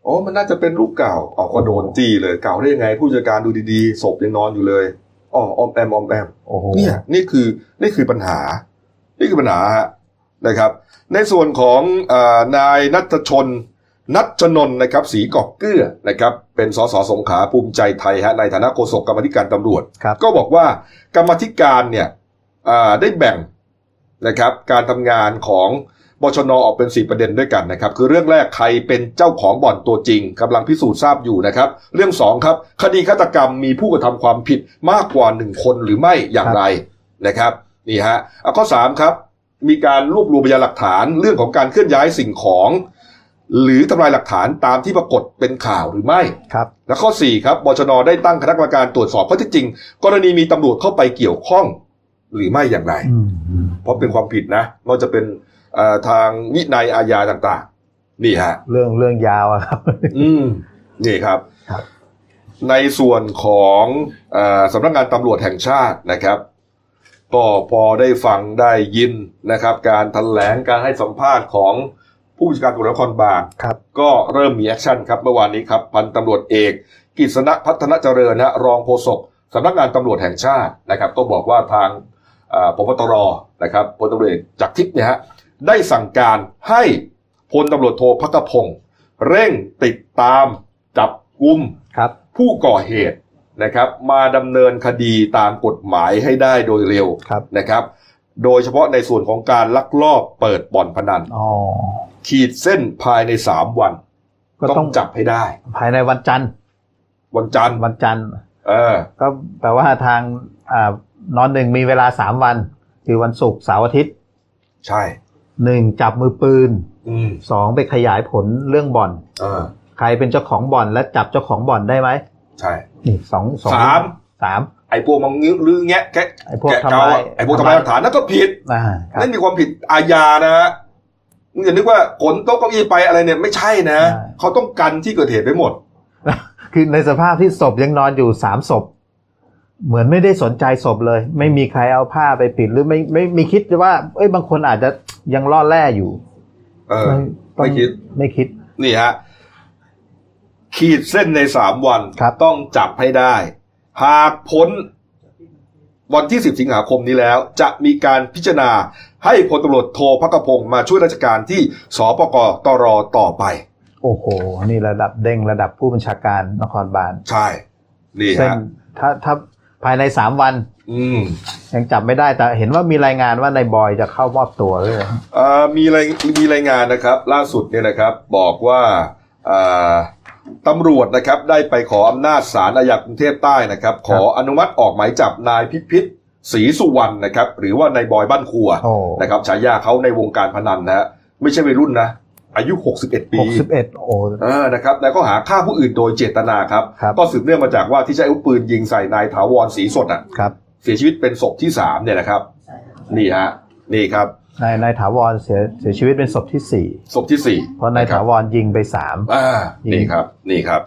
S1: โอ้มันน่าจะเป็นรูปเก่าออกก็โดนจี้เลย เก่าได้ยังไง ผู้จัดการดูดีๆศพยังนอนอยู่เลยอ๋อออมแอมออมแอม
S2: โอ้โห
S1: เนี่ยนี่คือนี่คือปัญหา นี่คือปัญหาฮะนะครับ ในส่วนของเออนายนัทชน นัชนนท์นะครับสีกอกเกื้อนะครับ เป็นสสสงขลาภูมิใจไทยฮะในฐานะโฆษกกรรมาธิการตำรวจ
S2: ครับ
S1: ก็บอกว่ากรรมาธิการเนี่ยอ่าได้แบ่งนะครับการทำงานของบชนออกเป็น 4 ประเด็นด้วยกันนะครับ คือเรื่องแรกใครเป็นเจ้าของบ่อนตัวจริงกำลังพิสูจน์ทราบอยู่นะครับ เรื่องสองครับ คดีฆาตกรรมมีผู้กระทำความผิดมากกว่าหนึ่งคนหรือไม่อย่างไรนะครับนี่ฮะเอาข้อสามครับ มีการรวบรวมพยานหลักฐานเรื่องของการเคลื่อนย้ายสิ่งของ หรือทำลายหลักฐานตามที่ปรากฏเป็นข่าวหรือไม่
S2: ครับ
S1: และข้อ 4 ครับ บชน ได้ตั้งคณะกรรมการตรวจสอบข้อเท็จจริง กรณีมีตำรวจเข้าไปเกี่ยวข้อง หรือไม่อย่างไร
S2: อืม
S1: เพราะเป็นความผิดนะไม่ว่าจะเป็นเอ่อทางวินัยอาญาต่างๆ นี่ฮะ
S2: เรื่องเรื่องยาวอะครับ
S1: อืม นี่ครับ
S2: ครับ
S1: ในส่วนของเออสำนักงานตำรวจแห่งชาตินะครับ ก็พอได้ฟังได้ยินนะครับ การแถลงการให้สัมภาษณ์ของผู้บัญชาการตำรวจนครบาล
S2: ครับ
S1: ก็เริ่มมีแอคชั่นครับเมื่อวานนี้ครับพันตำรวจเอกกฤษณะพัฒนาเจริญนะรองโฆษกสำนักงานตำรวจแห่งชาตินะครับ ก็บอกว่าทางเอ่อพบตรนะครับพลตำรวจเอกจากรทิพย์เนี่ยฮะได้สั่งการให้พลตำรวจโทพักพงศ์เร่งติดตามจับกลุ่ม
S2: ครับ
S1: ผู้ก่อเหตุนะครับ มาดำเนินคดีตามกฎหมายให้ได้โดยเร็ว
S2: ครับ
S1: นะครับ โดยเฉพาะในส่วนของการลักลอบเปิดบ่อนพนัน
S2: อ๋อ
S1: ขีดเส้นภายในสามวัน
S2: ก็
S1: ต้
S2: ต้อ
S1: อง งจับให้ได้
S2: ภายในวันจันทร์
S1: วันจันทร์
S2: วันจันทร์
S1: เออ
S2: ก็แปลว่าทางอ่านอนหนึ่งมีเวลาสามวัน คือวันศุกร์เสาร์อาทิตย์
S1: ใช่
S2: หนึ่งจับมือปืน
S1: อืม
S2: สองไปขยายผลเรื่องบ่อน
S1: เออ
S2: ใครเป็นเจ้าของบ่อนและจับเจ้าของบ่อนได้ไหม
S1: ใช่
S2: นี่สององ
S1: สาม
S2: สาม
S1: ไอ้พวกมังงื้อลือแงะแกะ
S2: ไอ้พวก
S1: แกะ
S2: ทำ
S1: เกา
S2: ลาย
S1: อะไอ้พวกทำลายหลักฐานนั่นก็ผิด
S2: อ่าครับ
S1: นั่นมีความผิดอาญานะฮะมึงอย่านึกว่าขนโต๊ะเก้าอี้ไปอะไรเนี่ยไม่ใช่นะ เขาต้องกันที่เกิดเหตุไปหมด
S2: คือในสภาพที่ศพยังนอนอยู่สามศพ เหมือนไม่ได้สนใจศพเลย ไม่มีใครเอาผ้าไปปิดหรือไม่ไม่มีคิดว่า เอ้ยบางคนอาจจะยังล่อแร่อยู่
S1: เออ
S2: ต้อง
S1: ไม่คิด
S2: ไม่คิด
S1: นี่ฮะ ขีดเส้นในสามวัน
S2: ครับ
S1: ต้องจับให้ได้ หากพ้นวันที่ 10 สิงหาคมนี้แล้ว จะมีการพิจารณาให้พลตำรวจโทพักกระพงศ์มาช่วยราชการที่สปกตรต่อไป
S2: โอ้โห นี่ระดับเด้งระดับผู้บัญชาการนครบาล
S1: ใช่ นี่
S2: ซึ่ง
S1: ฮะ
S2: ถ้าถ้าภายในสามวัน
S1: อืม
S2: ยังจับไม่ได้แต่เห็นว่ามีรายงานว่านายบอยจะเข้ามอบตัวด้วย
S1: เอ่อมีรายมีรายงานนะครับ ล่าสุดเนี่ยนะครับบอกว่าเอ่อตำรวจนะครับได้ไปขออำนาจศาลอาญากรุงเทพใต้นะครับ ขออนุมัติออกหมายจับนายพิพิธศรีสุวรรณนะครับ หรือว่านายบอยบ้านครัว
S2: โอ้
S1: นะครับฉายาเขาในวงการพนันนะฮะไม่ใช่วัยรุ่นนะ อายุ 61 ปี
S2: หกสิบเอ็ดโอ้
S1: เออนะครับแล้วก็หาฆ่าผู้อื่นโดยเจตนาครับ
S2: ครับ
S1: ก็สืบเนื่องมาจากว่าที่ใช้อาวุธปืนยิงใส่นายถาวรศรีสดอ่ะ
S2: ครับ
S1: เสียชีวิตเป็นศพที่สามเนี่ยนะครับ นี่ฮะนี่ครับ
S2: นายนายถาวรเสียเสียชีวิตเป็นศพที่สี่
S1: ศพที่สี่
S2: เพราะนายถาวรยิงไปสาม
S1: อ่า
S2: ยิ
S1: นี่
S2: ง
S1: ครับ นี่ครับ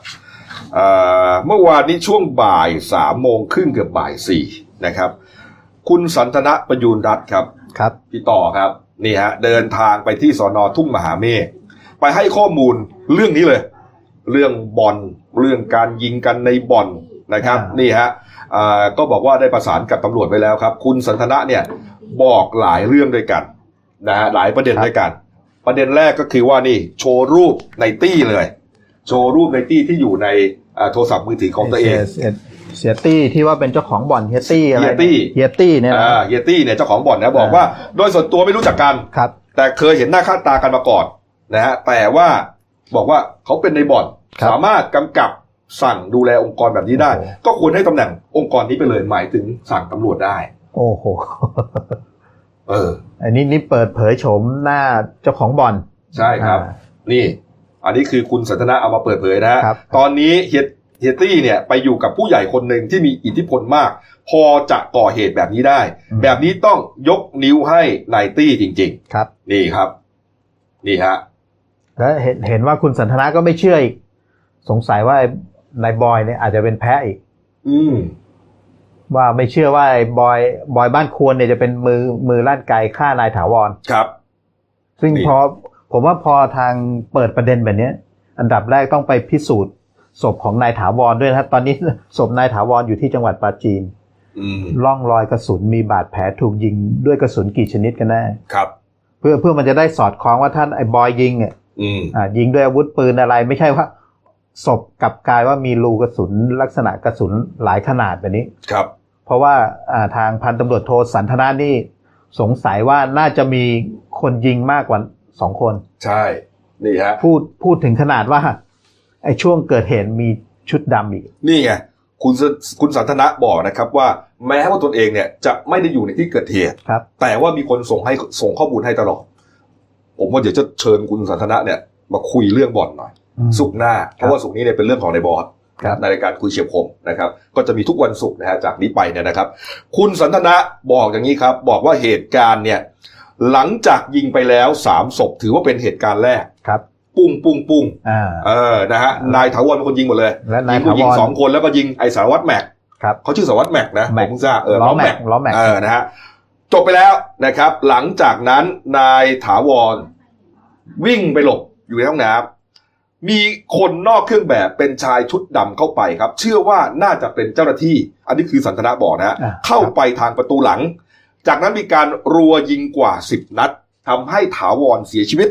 S1: เอ่อเมื่อวานนี้ช่วงบ่ายสามโมงครึ่งเกือบบ่ายสี่นะครับ คุณสันทนะประยูนรัตน์ครับ
S2: ครับ
S1: พี่ต่อครับ นี่ฮะ เดินทางไปที่สอนอทุ่งมหาเมฆไปให้ข้อมูลเรื่องนี้เลย เรื่องบอลเรื่องการยิงกันในบอลนะครับ
S2: อ่านี่
S1: นี่ฮะอ่าก็บอกว่าได้ประสานกับตำรวจไปแล้วครับ คุณสันทนะเนี่ยบอกหลายเรื่องด้วยกันนะฮะหลายประเด็นด้วยกัน ประเด็นแรกก็คือว่านี่ โชว์รูปในตี้เลย โชว์รูปในตี้ที่อยู่ในอ่าโทรศัพท์มือถือของตัวเอง
S2: สียเสียตี้ที่ว่าเป็นเจ้าของบ่อนเฮียตี้อะไร
S1: เฮียตี้
S2: เฮียตี้เนี่ยนะ
S1: อ่าเฮียตี้เนี่ยเจ้าของบ่อนนะบอกว่าโดยส่วนตัวไม่รู้จักกัน
S2: ครับ
S1: แต่เคยเห็นหน้าค่าตากันมาก่อนนะฮะแต่ว่าบอกว่าเขาเป็นในบ่อน
S2: ครับ
S1: สามารถกำกับสั่งดูแลองค์กรแบบนี้ได้
S2: โอ้โห
S1: ก็ควรให้ตำแหน่งองค์กรนี้ไปเลยหมายถึงสั่งตำรวจได้
S2: โอ้โห
S1: เออ
S2: อันนี้นี่เปิดเผยโฉมหน้าเจ้าของบ่อน
S1: ใช่ครับ
S2: อ่า
S1: นี่ อันนี้คือคุณสันทนาเอามาเปิดเผยนะฮะ
S2: ครับ
S1: ตอนนี้เฮียเฮียตี้เนี่ยไปอยู่กับผู้ใหญ่คนหนึ่งที่มีอิทธิพลมาก พอจะก่อเหตุแบบนี้ได้ แบบนี้ต้องยกนิ้วให้นายตี้จริง
S2: ครับ
S1: ๆ นี่ครับ นี่ฮะ
S2: แล้วเห็นเห็นว่าคุณสันทนาก็ไม่เชื่ออีก สงสัยว่าไอ้นายบอยเนี่ยอาจจะเป็นแพ้อีก
S1: อืม
S2: ว่าไม่เชื่อว่าไอ้บอยบอยบ้านควรเนี่ยจะเป็นมือมือลั่นไกฆ่านายถาวร
S1: ครับ
S2: ซึ่ง
S1: นี่
S2: พอผมว่าพอทางเปิดประเด็นแบบเนี้ย อันดับแรกต้องไปพิสูจน์ศพของนายถาวรด้วยนะครับ ตอนนี้ ศพนายถาวรอยู่ที่จังหวัดปราจีน
S1: อืม
S2: ร่องรอยกระสุนมีบาดแผลถูกยิงด้วยกระสุนกี่ชนิดกันแน่
S1: ครับ
S2: เพื่อเพื่อมันจะได้สอดคล้องว่าท่านไอ้บอยยิงเนี่ย
S1: อืม
S2: อ่ายิงด้วยอาวุธปืนอะไรไม่ใช่ว่าศพกลับกลายว่ามีรูกระสุนลักษณะกระสุนหลายขนาดแบบนี้
S1: ครับ
S2: เพราะว่าอ่าทางพันตำรวจโทสันทนานี่สงสัยว่าน่าจะมีคนยิงมากกว่าสองคน
S1: ใช่ นี่ฮะ
S2: พูดพูดถึงขนาดว่าไอ้ช่วงเกิดเหตุมีชุดดำอีก
S1: นี่ไง คุณสคุณสันทนะบอกนะครับว่าแม้ว่าตนเองเนี่ยจะไม่ได้อยู่ในที่เกิดเหตุ
S2: ครับ
S1: แต่ว่ามีคนส่งให้ส่งข้อมูลให้ตลอด ผมว่าเดี๋ยวจะเชิญคุณสันทนะเนี่ยมาคุยเรื่องบ่อนหน่อย สุกร์หน้า เพราะว่าสุกร์นี้เนี่ยเป็นเรื่องของในบอส
S2: ครับ
S1: ในรายการคุยเฉียบคมนะครับ ก็จะมีทุกวันศุกร์นะฮะจากนี้ไปเนี่ยนะครับ คุณสันทนะบอกอย่างนี้ครับ บอกว่าเหตุการณ์เนี่ย หลังจากยิงไปแล้วสามศพถือว่าเป็นเหตุการณ์แรก
S2: ครับ
S1: ปุ้งปุ้งปุ้ง
S2: อ่า
S1: เออ นะฮะ นายถาวรเป็นคนยิงหมดเลย
S2: และนาย
S1: ยิงผู้หญิง
S2: ถาวร
S1: สองคนแล้วก็ยิงไอสารวัตรแม็ก
S2: ครับ
S1: เขาชื่อสารวัตรแม็กนะผ
S2: แม็ก
S1: มเพิ่งทราบเออ
S2: ล้
S1: ล้
S2: อ
S1: อ
S2: แม็
S1: แม็
S2: ก
S1: ก
S2: ล้อแม็ก
S1: เออ นะฮะ จบไปแล้วนะครับ หลังจากนั้นนายถาวรวิ่งไปหลบอยู่ในห้องน้ำมีคนนอกเครื่องแบบเป็นชายชุดดำเข้าไปครับ เชื่อว่าน่าจะเป็นเจ้าหน้าที่ อันนี้คือสันทนาบอกนะฮะ
S2: อ่ะ
S1: เข้าไปทางประตูหลัง จากนั้นมีการรัวยิงกว่าสิบนัดทำให้ถาวรเสียชีวิต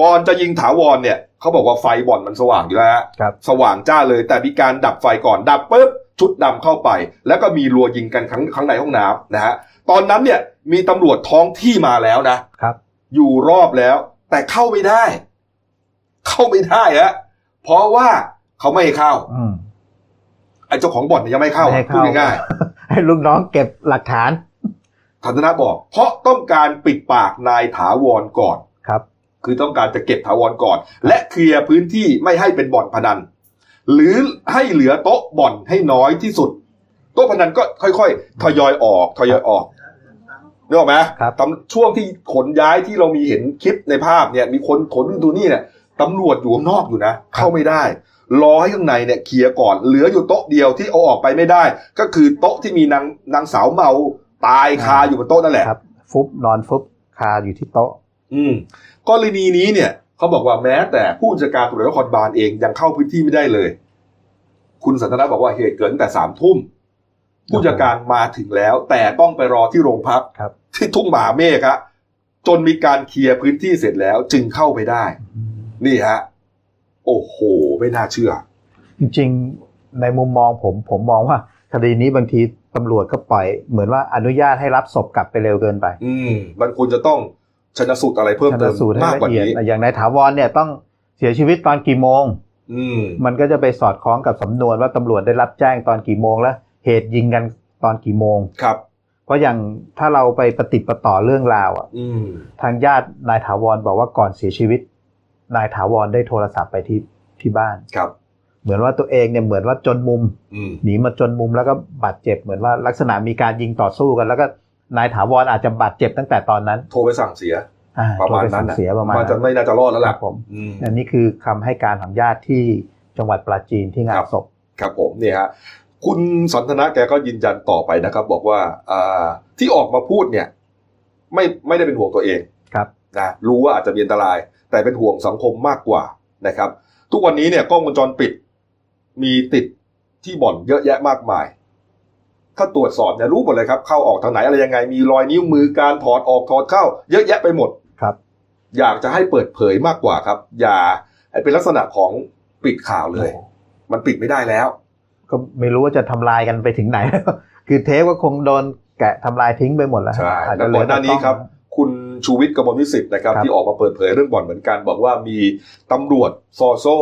S1: ก่อนจะยิงถาวรเนี่ยเขาบอกว่าไฟบ่อนมันสว่างอยู่แล้วฮะ
S2: ครับ
S1: สว่างจ้าเลย แต่มีการดับไฟก่อนดับปุ๊บ ชุดดำเข้าไป แล้วก็มีรัวยิงกันครั้งครั้งในห้องน้ำนะฮะตอนนั้นเนี่ยมีตำรวจท้องที่มาแล้วนะ
S2: ครับ
S1: อยู่รอบแล้ว แต่เข้าไม่ได้ เข้าไม่ได้ฮะเพราะว่าเขาไม่ให้เข้า
S2: อืม
S1: ไอ้เจ้าของบ่อนเนี่ยยังไม่เข้า
S2: ไม่ให้
S1: พูดง่าย
S2: ให้ลูกน้องเก็บหลักฐาน
S1: ๆธนนะบอก เพราะต้องการปิดปากนายถาวรก่อน
S2: ครับ
S1: คือต้องการจะเก็บถาวรก่อน และเคลียร์พื้นที่ไม่ให้เป็นบ่อนพนัน หรือให้เหลือโต๊ะบ่อนให้น้อยที่สุด โต๊ะพนันก็ค่อยๆทยอยออกทยอยออกนึกออกไหม
S2: ครับ
S1: ตำช่วงที่ขนย้ายที่เรามีเห็นคลิปในภาพเนี่ย มีคนขนดูนี่เนี่ยตำรวจอยู่ข้างนอกอยู่นะ เข้าไม่ได้ รอให้ข้างในเนี่ยเคลียร์ก่อน เหลืออยู่โต๊ะเดียวที่เอาออกไปไม่ได้ ก็คือโต๊ะที่มีนางนางสาวเมาตายคาอยู่บนโต๊ะนั่นแหละ
S2: ครับ ฟุบนอนฟุบคาอยู่ที่โต๊ะ
S1: อืมกรณีนี้เนี่ยเขาบอกว่าแม้แต่ผู้จัดการตำรวจนครบาลเองยังเข้าพื้นที่ไม่ได้เลย คุณสันทนาบอกว่าเหตุเกิดตั้งแต่สามทุ่มผู้จัดการมาถึงแล้ว แต่ต้องไปรอที่โรงพัก
S2: ครับ
S1: ที่ทุ่งหมาเมฆฮะจนมีการเคลียร์พื้นที่เสร็จแล้ว จึงเข้าไปได้ นี่ฮะ โอ้โห ไม่น่าเชื่อ
S2: จริงๆในมุมมองผมผมมองว่าคดีนี้บางทีตำรวจก็ปล่อย เหมือนว่าอนุญาตให้รับศพกลับไปเร็วเกินไป
S1: อืม มันควรจะต้องชนะสูตรอะไรเพิ่ม
S2: ชัน
S1: เติม
S2: สูตรให้
S1: มากก
S2: ละ
S1: ว่า
S2: เอียด
S1: นี้
S2: อย่างนายถาวรเนี่ยต้องเสียชีวิตตอนกี่โมง
S1: อืม
S2: มันก็จะไปสอดคล้องกับสำนวนว่าตำรวจได้รับแจ้งตอนกี่โมงและเหตุยิงกันตอนกี่โมง
S1: ครับ
S2: เพราะอย่างถ้าเราไปปฏิดประต่อเรื่องราวอ่ะ
S1: อืม
S2: ทางญาตินายถาวรบอกว่าก่อนเสียชีวิต นายถาวรได้โทรศัพท์ไปที่ที่บ้าน
S1: ครับ
S2: เหมือนว่าตัวเองเนี่ยเหมือนว่าจนมุม
S1: อืม
S2: หนีมาจนมุมแล้วก็บาดเจ็บเหมือนว่าลักษณะมีการยิงต่อสู้กัน แล้วก็นายถาวรอาจจะบาดเจ็บตั้งแต่ตอนนั้น
S1: โทรไปสั่งเสีย
S2: อ่
S1: ประมาณนั้นน่
S2: โทไปสั่งเสียประมาณ
S1: นจะ
S2: นั้น
S1: ไม่น่าจะรอดแล้ว
S2: ครั
S1: ล่ะ
S2: บผม
S1: อืม
S2: อันนี้คือคำให้การของญาติที่จังหวัดปราจีนที่งา
S1: ครั
S2: น
S1: บ
S2: ศพ
S1: ครับผมเนี่ยฮะคุณสันทนะแกก็ยืนยันต่อไปนะครับ บอกว่าอ่าที่ออกมาพูดเนี่ย ไม่ไม่ได้เป็นห่วงตัวเอง
S2: ครับ
S1: นะรู้ว่าอาจจะมีอันตราย แต่เป็นห่วงสังคมมากกว่านะครับ ทุกวันนี้เนี่ยกล้องวงจรปิด มีติดที่บ่อนเยอะแยะมากมาย ถ้าตรวจสอบเนี่ยรู้หมดเลยครับ เข้าออกทางไหนอะไรยังไง มีรอยนิ้วมือการถอดออกถอดเข้า เยอะแยะไปหมด
S2: ครับ
S1: อยากจะให้เปิดเผยมากกว่าครับ อย่าให้เป็นลักษณะของปิดข่าวเลย มันปิดไม่ได้แล้ว
S2: ก็ไม่รู้ว่าจะทำลายกันไปถึงไหน คือเทปก็คงโดนแกะทำลายทิ้งไปหมดแล้ว
S1: ใช่
S2: อาจ
S1: แล้
S2: จะ
S1: ว
S2: เหลื
S1: ก่อ
S2: อน
S1: หน้า
S2: แต่
S1: นี้
S2: กล้อง
S1: ครับ คุณชูวิทย์กมลวิสิทธิ์นะครับ
S2: ครับ
S1: ที่ออกมาเปิดเผยเรื่องบ่อนเหมือนกัน บอกว่ามีตำรวจซอโซ่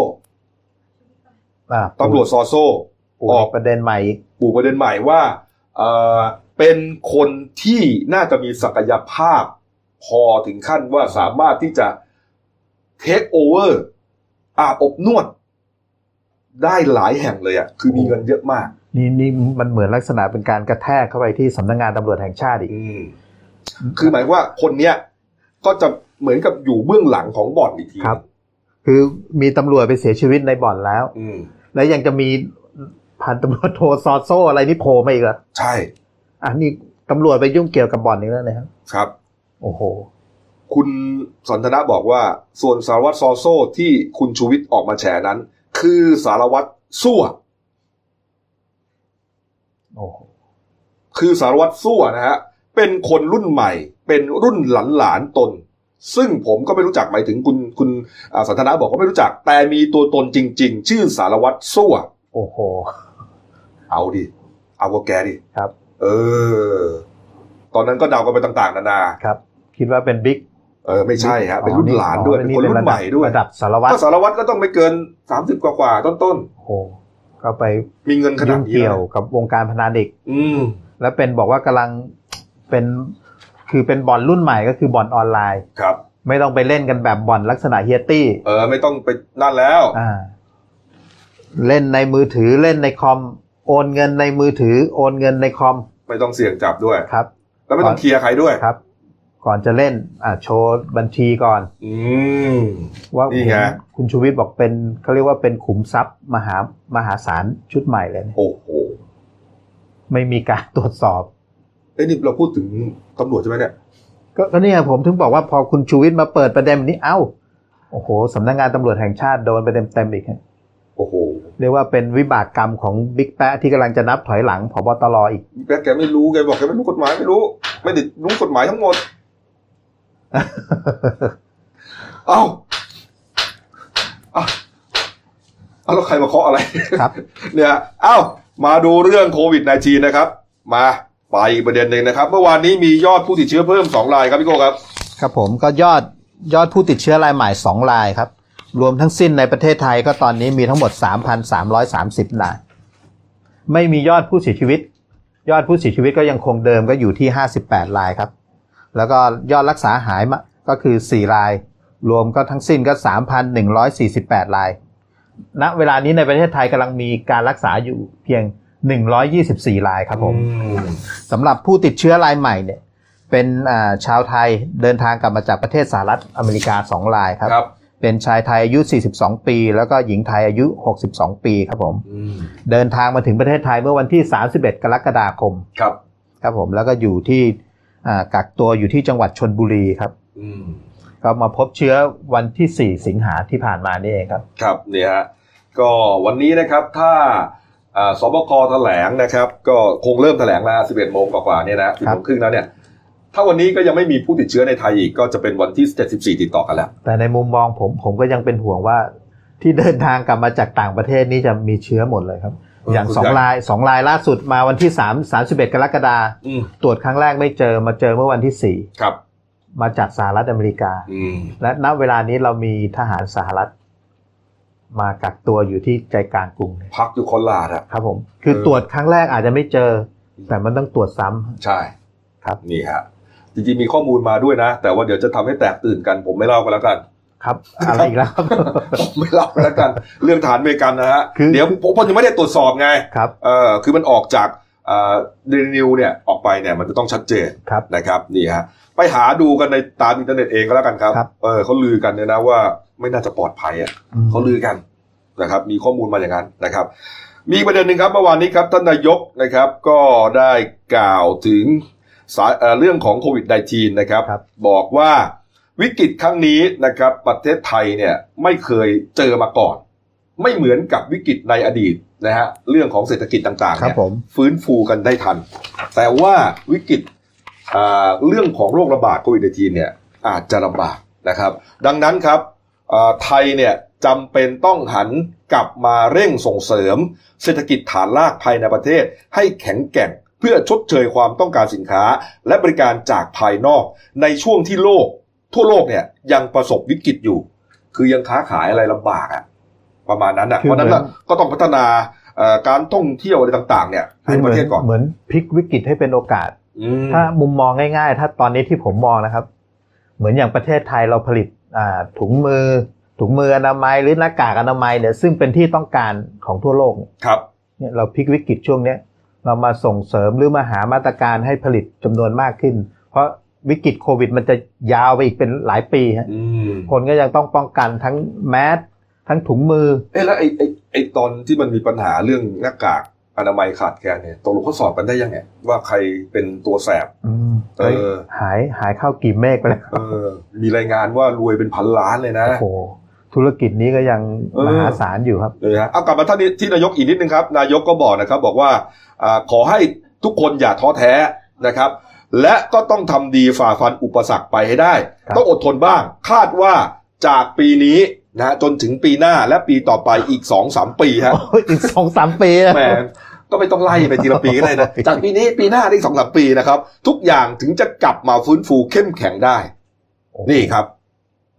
S2: อ่า
S1: ตำรวจซอโซ่
S2: ปู
S1: ออก
S2: ประเด็นใหม่อีก
S1: ปูประเด็นใหม่ว่าเอ่อเป็นคนที่น่าจะมีศักยภาพ พอถึงขั้นว่าสามารถที่จะเทคโอเวอร์อาบอบนวด ได้หลายแห่งเลยอ่ะคือมีเงินเยอะมาก
S2: นี่นี่มันเหมือนลักษณะเป็นการกระแทกเข้าไปที่สำนักงานตำรวจแห่งชาติอีก
S1: อืม คือหมายว่าคนเนี้ยก็จะเหมือนกับอยู่เบื้องหลังของบ่อนอีกที
S2: ครับ คือมีตำรวจไปเสียชีวิตในบ่อนแล้ว
S1: อืม
S2: แล้วยังจะมีพันตำรวจโทซอโซอะไรนี่โผล่มาอีกเหรอ
S1: ใช่
S2: อันนี้ตำรวจไปยุ่งเกี่ยวกับบ่อนนี้แล้วนะครับ
S1: ครับ
S2: โอ้โห
S1: คุณสันทนะบอกว่า ส่วนสารวัตรซอโซ่ที่คุณชูวิทย์ออกมาแฉนั้น คือสารวัตรสั่ว
S2: โอ้โห
S1: คือสารวัตรสั่วนะฮะ เป็นคนรุ่นใหม่ เป็นรุ่นหลานๆตน ซึ่งผมก็ไม่รู้จักหมายถึงคุณคุณอ่าสันทนะบอกก็ไม่รู้จัก แต่มีตัวตนจริง ๆ ชื่อสารวัตรสั่ว
S2: โอ้โห
S1: เอาดิ เอากับแกดิ
S2: ครับ
S1: เออ ตอนนั้นก็เดากันไปต่าง ๆ นานา
S2: ครับ คิดว่าเป็นบิ๊ก
S1: เออไม่ใช่ฮะ เป็นรุ่นหลานด้วย เป็นคนรุ่นใหม่ด้วย
S2: ระดับสารวัตร
S1: ก็สารวัตรก็ต้องไม่เกินสามสิบกว่าๆต้นๆ
S2: โอ้โห ก็ไป
S1: มีเงินขนา
S2: ยุ่
S1: ด
S2: ง
S1: นี้
S2: เกี่
S1: แล้
S2: ย
S1: ว วนะ
S2: กับวงการพนันอีก
S1: อืม
S2: แล้วเป็นบอกว่ากำลังเป็น คือเป็นบ่อนรุ่นใหม่ก็คือบ่อนออนไลน์
S1: ครับ
S2: ไม่ต้องไปเล่นกันแบบบ่อนลักษณะเฮียตี้
S1: เออ ไม่ต้องไปนั่นแล้ว
S2: อ่า เล่นในมือถือเล่นในคอม โอนเงินในมือถือ โอนเงินในคอม
S1: ไม่ต้องเสี่ยงจับด้วย
S2: ครับ
S1: แล้วไม่ต้องเคลียร์ใครด้วย
S2: ครับ ก่อนจะเล่น อ่าโชว์บัญชีก่อน
S1: อืม
S2: ว่า
S1: นี่ไง
S2: เห็นคุณชูวิทย์บอกเป็นเขาเรียกว่าเป็นขุมทรัพย์มหามหาศาลชุดใหม่เลยนะ
S1: โอ้โห
S2: ไม่มีการตรวจสอบ
S1: เอ้ยนี่เราพูดถึงตำรวจใช่ไหมเนี่ย
S2: ก็ก็เนี่ยผมถึงบอกว่าพอคุณชูวิทย์มาเปิดประเด็นแบบนี้เอ้าโอ้โหสำนักงานตำรวจแห่งชาติโดนไปเต็มๆอีกฮะ
S1: โอ้โห
S2: เรียกว่าเป็นวิบากกรรมของบิ๊กแปะที่กำลังจะนับถอยหลังพบตรอีก
S1: แกแกไม่รู้ แกบอกแกไม่รู้กฎหมายไม่รู้ ไม่ได้รู้กฎหมายทั้ งหมด เอ้าเอ้าเอาแล้วใครมาเคาะอะไร
S2: ครับ
S1: เนี่ย เอ้า มาดูเรื่องโควิด -19 นะครับ มาไปอีกประเด็นหนึ่งนะครับ เมื่อวานนี้มียอดผู้ติดเชื้อเพิ่ม 2 รายครับพี่โก้ครับ
S2: ครับผมก็ยอดยอดผู้ติดเชื้อรายใหม่ 2 รายครับ รวมทั้งสิ้นในประเทศไทยก็ตอนนี้มีทั้งหมด 3,330ราย ไม่มียอดผู้เสียชีวิต ยอดผู้เสียชีวิตก็ยังคงเดิมก็อยู่ที่ 58 รายครับ แล้วก็ยอดรักษาหายมาก็คือ 4 ราย รวมก็ทั้งสิ้นก็ 3,148 ราย ณ เวลานี้ในประเทศไทยกำลังมีการรักษาอยู่เพียง 124 รายครับผม สำหรับผู้ติดเชื้อรายใหม่เนี่ยเป็นอ่าชาวไทยเดินทางกลับมาจากประเทศสหรัฐอเมริกา 2 รายครับ
S1: ครับ
S2: เป็นชายไทยอายุ 42 ปี แล้วก็หญิงไทยอายุ 62 ปีครับผมเดินทางมาถึงประเทศไทยเมื่อวันที่ 31 กรกฎาคม
S1: ครับ
S2: ครับผมแล้วก็อยู่ที่อ่ากักตัวอยู่ที่จังหวัดชนบุรีครับ ก็มาพบเชื้อวันที่ 4 สิงหาที่ผ่านมานี่เองครับ
S1: ครับเนี่ยฮะก็วันนี้นะครับถ้าอ่าสบคแถลงนะครับ ก็คงเริ่มแถลงแล้ว11โมงกว่าๆเนี่ยนะ10
S2: ครั
S1: โม
S2: บ
S1: งครึ่งแล้วเนี่ย ถ้าวันนี้ก็ยังไม่มีผู้ติดเชื้อในไทยอีกก็จะเป็นวันที่ 74 ติดต่อกันแล้ว
S2: แต่ในมุมมองผมผมก็ยังเป็นห่วงว่า ที่เดินทางกลับมาจากต่างประเทศนี่จะมีเชื้อหมดเลยครับ
S1: เออ
S2: อย่าง
S1: คุณ
S2: สอง
S1: ครับ
S2: รายสองรายล่าสุดมาวันที่สามสามสิบเอ็ดกรกฎา
S1: อืม
S2: ตรวจครั้งแรกไม่เจอมาเจอเมื่อวันที่สี่
S1: ครับ
S2: มาจากสหรัฐอเมริกา
S1: อืม
S2: และณเวลานี้เรามีทหารสหรัฐ มากักตัวอยู่ที่ใจกลางกรุงเนี่ย
S1: พักอยู่โคราชอะ
S2: ครับผม คือ
S1: เออ
S2: ตรวจครั้งแรกอาจจะไม่เจอ แต่มันต้องตรวจซ้ำ
S1: ใช่
S2: ครับ
S1: นี่ฮะจริงๆมีข้อมูลมาด้วยนะ แต่ว่าเดี๋ยวจะทำให้แตกตื่นกัน ผมไม่เล่ากันแล้วกัน
S2: ครับอะไรอีกแล้วครับ
S1: ไม่เล่ากันแล้วกัน เรื่องฐานอเมริกันนะฮะ
S2: คือ
S1: เดี๋ยวผมผมยังไม่ได้ตรวจสอบไง
S2: ครับ
S1: เออคือมันออกจากเดนิวเนี่ยออกไปเนี่ยมันจะต้องชัดเจน
S2: ครับ
S1: นะครับนี่ฮะไปหาดูกันในตามอินเทอร์เน็ตเองก็แล้วกันครับ
S2: ครับ
S1: เออเขาลือกันเนี่ยนะว่าไม่น่าจะปลอดภัยอ่ะ
S2: อืม
S1: เขาลือกันนะครับ มีข้อมูลมาอย่างนั้นนะครับ มีประเด็นหนึ่งครับเมื่อวานนี้ครับท่านนายกนะครับ ก็ได้กล่าวถึงสาเอ่อเรื่องของโควิด -19 นะครับ
S2: ครับ
S1: บอกว่าวิกฤตครั้งนี้นะครับ ประเทศไทยเนี่ยไม่เคยเจอมาก่อน ไม่เหมือนกับวิกฤตในอดีตนะฮะเรื่องของเศรษฐกิจต่างๆ
S2: ครับ
S1: เนี่ย
S2: ผม
S1: ฟื้นฟูกันได้ทัน แต่ว่าวิกฤตอ่าเรื่องของโรคระบาดโควิด -19 เนี่ยอาจจะลำบากนะครับ ดังนั้นครับ เอ่อไทยเนี่ยจำเป็นต้องหันกลับมาเร่งส่งเสริม เศรษฐกิจฐานรากภายในประเทศ ให้แข็งแกร่งเพื่อชดเชยความต้องการสินค้า และบริการจากภายนอก ในช่วงที่โลก ทั่วโลกเนี่ยยังประสบวิกฤตอยู่ คือยังค้าขายอะไรลำบากอะประมาณนั้นอะเพราะฉะนั้นน่ะก็ต้องพัฒนาเอ่อการท่องเที่ยวอะไรต่าง ๆ เนี่ยให้ประเทศก่อน
S2: เหมือนพลิกวิกฤตให้เป็นโอกาส
S1: อืม
S2: ถ้ามุมมองง่ายๆ ถ้าตอนนี้ที่ผมมองนะครับ เหมือนอย่างประเทศไทยเราผลิตอ่าถุงมือ ถุงมืออนามัยหรือหน้ากากอนามัยเนี่ยซึ่งเป็นที่ต้องการของทั่วโลกเนี่ย
S1: ครับ
S2: เนี่ยเราพลิกวิกฤตช่วงเนี้ยเรามาส่งเสริมหรือมาหามาตรการให้ผลิตจำนวนมากขึ้น เพราะวิกฤตโควิด มันจะยาวไปอีกเป็นหลายปีฮะ
S1: อืม
S2: คนก็ยังต้องป้องกันทั้งแมสทั้งถุงมือ
S1: เอ๊ะแล้วไอ้ไอ้ไอ้ตอนที่มันมีปัญหาเรื่องหน้ากากอนามัยขาดแคลนเนี่ยตกลงเขาสอบกันได้ยังไงว่าใครเป็นตัวแสบ
S2: อืม
S1: เออ
S2: หายหายเข้ากี่เมฆไปแล้ว
S1: เออมีรายงานว่ารวยเป็นพันล้านเลยนะ
S2: โอ้โหธุรกิจนี้ก็ยัง
S1: เออ
S2: มหาศาลอยู่ครับ
S1: เลยฮะเอากลับมาท่านนี้ที่นายกอีกนิดนึงครับ นายกก็บอกนะครับ บอกว่าอาขอให้ทุกคนอย่าท้อแท้นะครับ และก็ต้องทำดีฝ่าฟันอุปสรรคไปให้ได้
S2: ครับ
S1: ต้องอดทนบ้าง คาดว่าจากปีนี้นะจนถึงปีหน้าและปีต่อไปอีกสองสามปี ฮะ
S2: โอ้ยอีกสองสามปีนะ
S1: แหมก็ไม่ต้องไล่ไปทีละปีก็ได้ นะ จากปีนี้ปีหน้าได้อีกสองสามปีนะครับ ทุกอย่างถึงจะกลับมาฟื้นฟูเข้มแข็งได้ นี่ครับ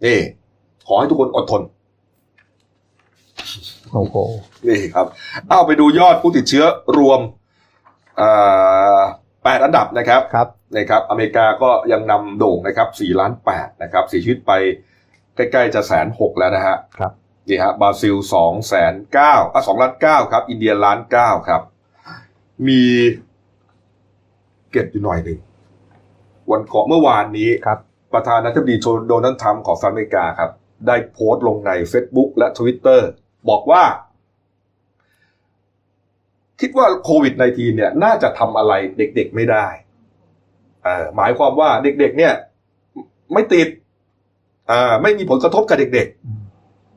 S1: นี่ ขอให้ทุกคนอดทน
S2: โอ้โห
S1: นี่ครับ เอาไปดูยอดผู้ติดเชื้อรวมเอ่อแปดอันดับนะครับ
S2: ครับ
S1: นะครับ อเมริกาก็ยังนำโด่งนะครับสี่ล้านแปดนะครับเสียชีวิตไปใกล้ๆจะแสนหกแล้วนะฮะ
S2: ครับ
S1: นี่ฮะบราซิลสองแสนเก้าอ่ะสองล้านเก้าครับ อินเดียล้านเก้าครับ มีเก็บอยู่หน่อยหนึ่ง วันก่อนเมื่อวานนี้
S2: ครับ
S1: ประธานาธิบดีโดนัลด์ทรัมป์ของสหรัฐอเมริกาครับ ได้โพสต์ลงใน Facebook และ Twitter บอกว่า คิดว่าโควิด -19 เนี่ย น่าจะทำอะไรเด็กๆไม่ได้เอ่อหมายความว่าเด็กๆ เนี่ย ไม่ติดเอ่อไม่มีผลกระทบกับเด็ก
S2: อืม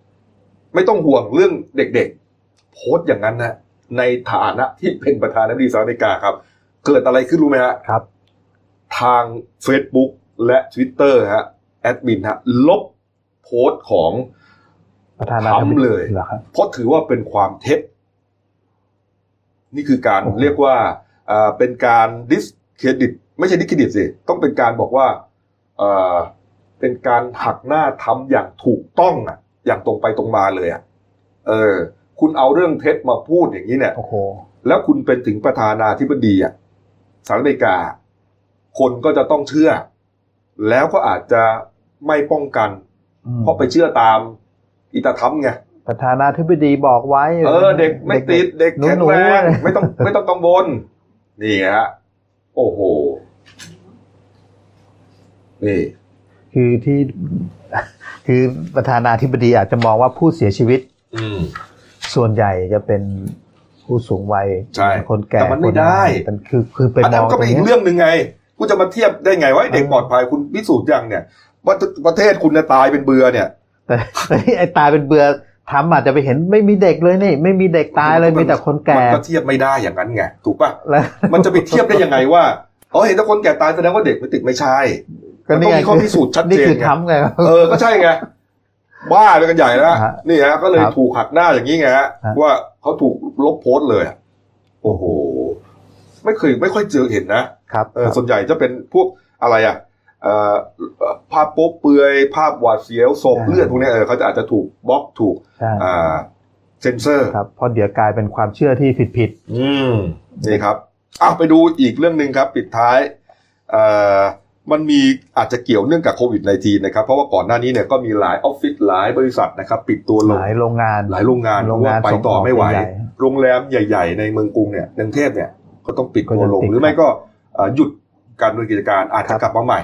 S1: ๆ ไม่ต้องห่วงเรื่องเด็กๆ โพสต์อย่างนั้นนะ ในฐานะที่เป็นประธานาธิบดีสหรัฐอเมริกาครับ เกิดอะไรขึ้นรู้ไหมฮะ
S2: ครับ
S1: ทาง Facebook และ Twitter ฮะแอดมินฮะลบโพสต์ของ
S2: ประธานาธิบ
S1: ทำเลย
S2: เหรอครับ
S1: เพราะถือว่าเป็นความเท็จ นี่คือการ
S2: โอ้โห
S1: เรียกว่าเอ่อเป็นการดิสเครดิตไม่ใช่ดิสเครดิตสิต้องเป็นการบอกว่าเอ่อเป็นการหักหน้าทำอย่างถูกต้องอ่ะ อย่างตรงไปตรงมาเลยอ่ะเออ คุณเอาเรื่องเท็จมาพูดอย่างนี้เนี่ย
S2: โอ้โห
S1: แล้วคุณเป็นถึงประธานาธิบดีอ่ะสหรัฐอเมริกา คนก็จะต้องเชื่อ แล้วก็อาจจะไม่ป้องกัน
S2: อืม
S1: เพราะไปเชื่อตามอิตาธรรมไง
S2: ประธานาธิบดีบอกไว้
S1: เออเด็กไม่ติดเด็ก
S2: หนู
S1: แข็ง
S2: หนู
S1: แรง
S2: อะไร
S1: ไม่ต้อง ไม่ต้องกังวลนี่ฮะโอ้โห นี่
S2: คือที่ คือประธานาธิบดีอาจจะมองว่าผู้เสียชีวิต
S1: อืม
S2: ส่วนใหญ่จะเป็นผู้สูงวัย
S1: ใช่
S2: คนแก่
S1: แต่มันไม่ได้
S2: คนเป็นคือคือเป็น
S1: อัน
S2: ม
S1: นั้
S2: อง
S1: นก็
S2: ตร
S1: เป็น
S2: ง
S1: อีก
S2: เนี้ย
S1: เรื่องหนึ่งไงคุณจะมาเทียบได้ไงว่าไอ้เด็ก
S2: เออ
S1: ปลอดภัยคุณพิสูจน์ยังเนี่ยว่าประเทศคุณเนี่ยตายเป็นเบือเนี่ย
S2: แต่แต่ไอ้ตายเป็นเบื่อทำอาจจะไปเห็นไม่มีเด็กเลยนี่ ไม่มีเด็กตายเลยมีแต่คนแก่
S1: มันก็เทียบไม่ได้อย่างนั้นไงถูกปะ
S2: แล้ว
S1: มันจะไปเทียบได้ยังไงว่าอ๋อเห็นแต่คนแก่ตายแสดงว่าเด็กไม่ติดไม่ใช่มันต้องมีข้อพิสูจน์ชัด
S2: นี่
S1: เจน
S2: คือ
S1: ไง
S2: ทำไงครับ
S1: เออ ก็ใช่ไง บ้าไปกันใหญ่แล้ว
S2: ฮะ
S1: นี่ฮะ ก็เลย
S2: ครับ
S1: ถูกหักหน้าอย่างนี้ไงฮะ
S2: ฮะ
S1: ว่าเขาถูกลบโพสต์เลยอะโอ้โห ไม่เคยไม่ค่อยเจอเห็นนะ
S2: ครับ
S1: เออ ส่วนใหญ่จะเป็นพวกอะไรอ่ะเอ่อภาพโป๊เปลือย ภาพหวาดเสียวศพเลือดพวกเนี้ยเออเขาจะอาจจะถูกบล็อกถูก
S2: ใช่
S1: อ่า เซนเซอร์
S2: ครับเพราะเดี๋ยวกลายเป็นความเชื่อที่ผิดผิด
S1: อืมนี่ครับอ่ะไปดูอีกเรื่องหนึ่งครับ ปิดท้ายเอ่อมันมีอาจจะเกี่ยวเนื่องกับโควิด -19 นะครับ เพราะว่าก่อนหน้านี้เนี่ยก็มีหลายออฟฟิศหลายบริษัทนะครับ ปิดตัว
S2: ๆ
S1: ล
S2: ห
S1: ง
S2: ลายโรงงาน
S1: หลายโรงงาน
S2: โรงงาน
S1: เพระว่ไป
S2: ส่ง
S1: ต่อไม่ไหว
S2: ใญ่
S1: โรงแรมใหญ่ ๆ ในเมืองกรุงเนี่ยกรุงเทพเนี่ยก็ต้องปิด
S2: ก็
S1: ตัว
S2: จะ
S1: ลง
S2: ติด
S1: หรือไม่ก็เอ่อหยุดการดำเนินกิจการอาจจะกลับมาใหม่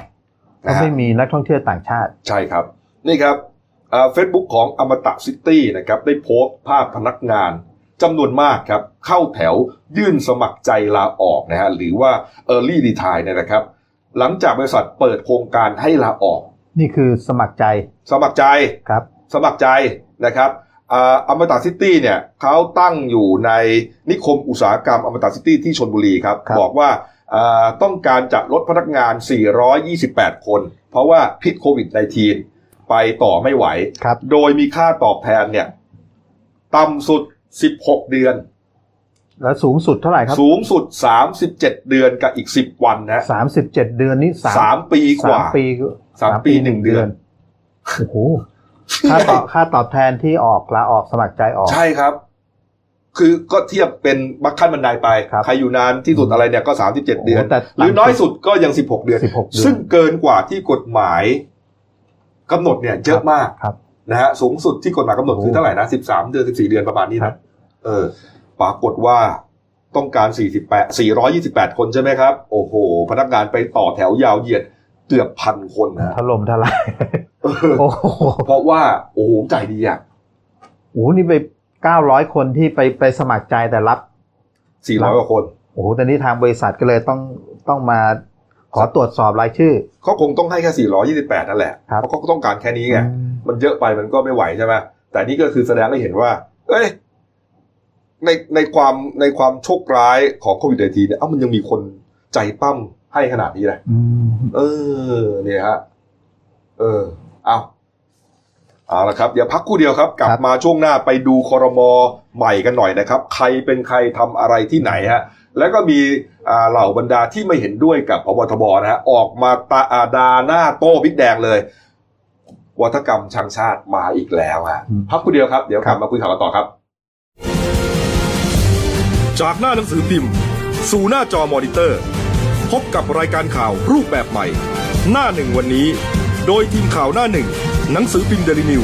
S2: ก็
S1: นะฮะ
S2: ไม่มีนักท่องเที่ยวต่างชาติ
S1: ใช่ครับ นี่ครับเฟซบุ๊กของอมตะซิตี้นะครับ ได้โพสต์ภาพพนักงานจำนวนมากครับ เข้าแถวยื่นสมัครใจลาออกนะฮะหรือว่า Early Retire เนี่ยนะครับ หลังจากบริษัทเปิดโครงการให้ลาออก
S2: นี่คือสมัครใจ
S1: สมัครใจ
S2: ครับ
S1: สมัครใจนะครับอ่าอมตะซิตี้เนี่ยเขาตั้งอยู่ในนิคมอุตสาหกรรมอมตะซิตี้ที่ชนบุรีครับ บอกว่าอ่าต้องการจะลดพนักงาน 428 คน เพราะว่าพิษโควิด -19 ไปต่อไม่ไหว
S2: ครับ
S1: โดยมีค่าตอบแทนเนี่ยต่ำสุด 16 เดือน
S2: แล้วสูงสุดเท่าไหร่ครับ
S1: สูงสุด 37 เดือนกับอีก 10 วันนะ
S2: สามสิบเจ็ดเดือนนี้สาม
S1: สามปีกว่า
S2: สามปี
S1: สามปีหนึ่งเดือน
S2: โอ้โหค่าตอบค่าตอบแทนที่ออกลาออกสมัครใจออก
S1: ใช่ครับ คือก็เทียบเป็นบัคขั้นบันไดไป
S2: ครับ
S1: ใครอยู่นานที่สุด
S2: อืม
S1: อะไรเนี่ยก็ 37 เดือน
S2: โอ้แต่
S1: หรือน้อยสุดก็ยัง 16 เดือน
S2: 16เดือน
S1: ซึ่งเกินกว่าที่กฎหมายกำหนดเนี่ยเยอะมาก
S2: ครับ
S1: นะฮะ สูงสุดที่กฎหมายกำหนดคือเท่าไหร่นะ 13 เดือน 14 เดือนประมาณนี้
S2: ครั
S1: นะ
S2: บ
S1: เออ ปรากฏว่าต้องการ 48 428 คนใช่ไหมครับ โอ้โห พนักงานไปต่อแถวยาวเหยียดเกือบพันคนนะ
S2: ถล่มทลาย
S1: เออ
S2: โอ้โห
S1: เพราะว่าโอ้โหใจายดีอ่ะ
S2: โอ้โหนี่ไปเก้าร้อยคนที่ไปไปสมัครใจแต่รับ
S1: 400กว่าคน
S2: โอ้โหตอนนี้ทางบริษัทก็เลยต้องต้องมาขอตรวจสอบรายชื่อ
S1: เขาคงต้องให้แค่ 428 นั่นแหละ
S2: ครับ
S1: เพราะเขาก็ต้องการแค่นี้ไง
S2: อืม
S1: มันเยอะไปมันก็ไม่ไหวใช่ไหม แต่นี่ก็คือแสดงให้เห็นว่า เอ้ย ในในความในความโชคร้ายของโควิด -19 เนี่ยเอ้ามันยังมีคนใจปั้มให้ขนาดนี้เลย
S2: อืม
S1: เออ เนี่ยฮะ เออ เอาเอาละครับ เดี๋ยวพักครู่เดียวครับ กลับมาช่วงหน้าไปดูคอรมอใหม่กันหน่อยนะครับ ใครเป็นใครทำอะไรที่ไหนฮะ แล้วก็มีอ่าเหล่าบรรดาที่ไม่เห็นด้วยกับพบทบนะฮะ ออกมาตาอาดาหน้าโต้บิ๊กแดงเลย วัฒกรรมชังชาติมาอีกแล้วฮะ พักครู่เดียวครับ เดี๋ยวกลับมาคุยข่าวกันต่อครับ
S3: จากหน้าหนังสือพิมพ์ สู่หน้าจอมอนิเตอร์ พบกับรายการข่าวรูปแบบใหม่ หน้าหนึ่งวันนี้ โดยทีมข่าวหน้าหนึ่ง หนังสือพิมพ์เดลิวิว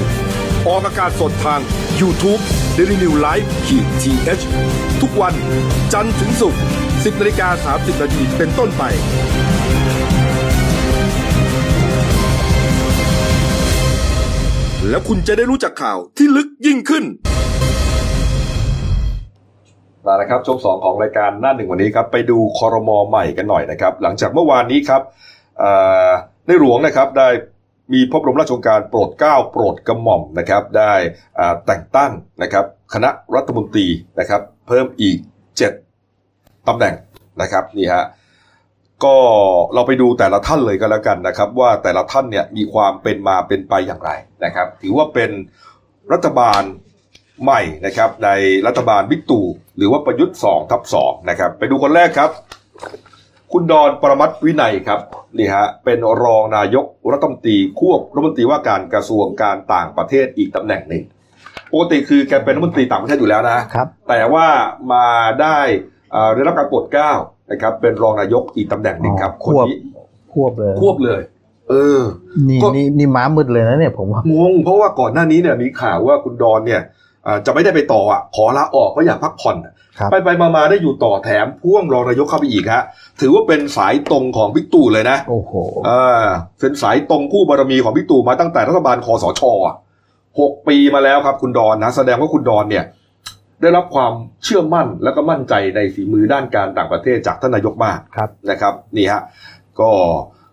S3: ออกอากาศสดทาง y o u t u เด d ิวิวไลฟ์ขีดทีเทุกวันจันทร์ถึงศุกร์10นาฬิกา30นาทีเป็นต้นไป แล้วคุณจะได้รู้จักข่าวที่ลึกยิ่งขึ้น
S1: มาแล้วครับช่วงสองของรายการหน้าหนึ่งวันนี้ครับไปดูคอรมอใหม่กันหน่อยนะครับ หลังจากเมื่อวานนี้ครับเอ่อในหลวงนะครับได้มีพระบรมราชโองการโปรดเกล้าโปรดกระหม่อมนะครับ ได้อ่าแต่งตั้งนะครับคณะรัฐมนตรีนะครับ เพิ่มอีก 7ตำแหน่งนะครับนี่ฮะก็เราไปดูแต่ละท่านเลยก็แล้วกันนะครับ ว่าแต่ละท่านเนี่ยมีความเป็นมาเป็นไปอย่างไรนะครับ ถือว่าเป็นรัฐบาล ใหม่นะครับในรัฐบาลบิ๊กตู่หรือว่าประยุทธ์สองทับสองนะครับไปดูคนแรกครับ คุณดอนประมัตถ์วินัยครับนี่ฮะเป็นรองนายกรัฐมนตรีควบรัฐมนตรีว่าการกระทรวงการต่างประเทศอีกตำแหน่งหนึ่งปกติคือแกเป็นรัฐมนตรีต่างประเทศอยู่แล้วนะ
S2: ครับ
S1: แต่ว่ามาได้เอ่อได้รับการโปรดเกล้านะครับเป็นรองนายกอีกตำแหน่งหนึ่งครับ
S2: อ๋อ
S1: คน
S2: ควบ
S1: นี้
S2: ควบเลย
S1: ควบเลย เออ
S2: นี่
S1: ก็
S2: นี่นี่ม้ามืดเลยนะเนี่ยผมว่า
S1: งงเพราะว่าก่อนหน้านี้เนี่ยมีข่าวว่าคุณดอนเนี่ยเอ่อจะไม่ได้ไปต่ออ่ะขอลาออกเพราะอยากพักผ่อนอะ
S2: ครับ
S1: ไปไปมามาได้อยู่ต่อแถมพ่วงรองนายกเข้าไปอีกฮะถือว่าเป็นสายตรงของบิ๊กตู่เลยนะ
S2: โอ้โห
S1: เออเป็นสายตรงคู่บารมีของบิ๊กตู่มาตั้งแต่รัฐบาลคอสชอะหกปีมาแล้วครับคุณดอนนะแสดงว่าคุณดอนเนี่ย ได้รับความเชื่อมั่นและก็มั่นใจในฝีมือด้านการต่างประเทศจากท่านนายกมาก
S2: ครับ
S1: นะครับนี่ฮะก็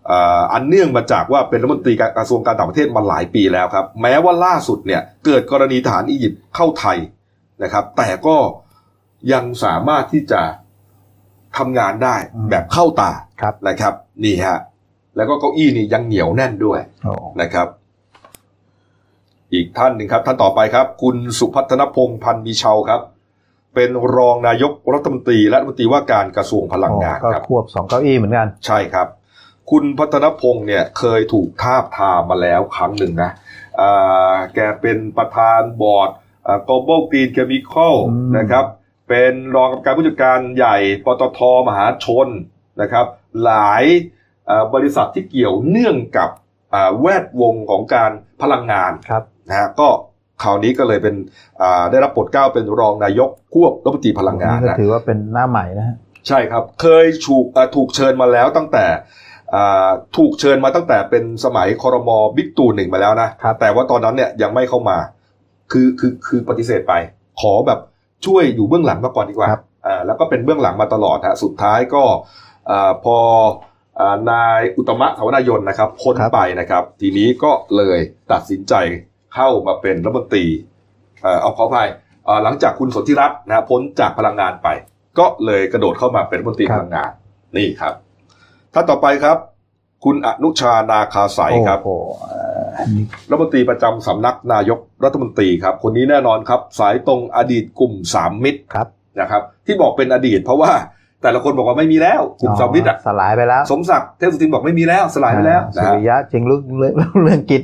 S1: เอ่ออันเนื่องมาจากว่าเป็นรัฐมนตรีกระทรวงการต่างประเทศมาหลายปีแล้วครับ แม้ว่าล่าสุดเนี่ยเกิดกรณีทหารอียิปต์เข้าไทยนะครับ แต่ก็ยังสามารถที่จะทำงานได้
S2: อืม
S1: แบบเข้าตา
S2: ครับ
S1: นะครับนี่ฮะแล้วก็เก้าอี้นี่ยังเหนียวแน่นด้วย
S2: โอ้
S1: นะครับ อีกท่านหนึ่งครับ ท่านต่อไปครับ คุณสุพัฒนพงษ์พันธ์มีเชาครับ เป็นรองนายกรัฐมนตรีและรัฐมนตรีว่าการกระทรวงพลังงาน
S2: ก็
S1: ครับ
S2: ควบสองเก้าอี้เหมือนกัน
S1: ใช่ครับ คุณพัฒนพงศ์เนี่ยเคยถูกทาบทามมาแล้วครั้งหนึ่งนะอ่าแกเป็นประธานบอร์ดอ่า Global Green Chemical
S2: อืม
S1: นะครับ เป็นรองกรรมการผู้จัดการใหญ่ปตทมหาชนนะครับ หลายอ่าบริษัทที่เกี่ยวเนื่องกับอ่าแวดวงของการพลังงาน
S2: ครับ
S1: นะฮะก็คราวนี้ก็เลยเป็นอ่าได้รับบทเกล้าเป็นรองนายกควบรัฐมนตรีพลังงาน
S2: ก็
S1: นะ
S2: ถือว่าเป็นหน้าใหม่นะฮะ
S1: ใช่ครับ เคยถูกเอ่อถูกเชิญมาแล้วตั้งแต่อ่าถูกเชิญมาตั้งแต่เป็นสมัยคอรมอบิ๊กตู่หนึ่งมาแล้วนะ
S2: ครับ
S1: แต่ว่าตอนนั้นเนี่ยยังไม่เข้ามา คือคือคือปฏิเสธไป ขอแบบช่วยอยู่เบื้องหลังมาก่อนดีกว่าอ่าแล้วก็เป็นเบื้องหลังมาตลอดฮะสุดท้ายก็อ่าพออ่านายอุตตมะสาวนายนนะครับพ้นไปนะครับ ทีนี้ก็เลยตัดสินใจเข้ามาเป็นรัฐมนตรีเอ่อเอาขออภัยเอ่อหลังจากคุณสนธิรัตน์นะฮะพ้นจากพลังงานไป ก็เลยกระโดดเข้ามาเป็นรัฐมนตรี
S2: ครั
S1: พ
S2: บ
S1: ลังงานนี่ครับท่านต่อไปครับ คุณอนุชานาคาใสยครับ
S2: โอ้โหเอ่อนี่
S1: รัฐมนตรีประจำสำนักนายกรัฐมนตรีครับ คนนี้แน่นอนครับ สายตรงอดีตกลุ่มสามมิตร
S2: ครับ
S1: นะครับ ที่บอกเป็นอดีต เพราะว่าแต่ละคนบอกว่าไม่มีแล้วกลุ่มสามมิตรอ่ะ
S2: สลายไปแล้ว
S1: สมศักดิ์เทพสุทินบอกไม่มีแล้วสลายไปแล้ว
S2: สุ
S1: นะฮะ
S2: ริยะเจริงลุกเรื่องเรื่องกิจ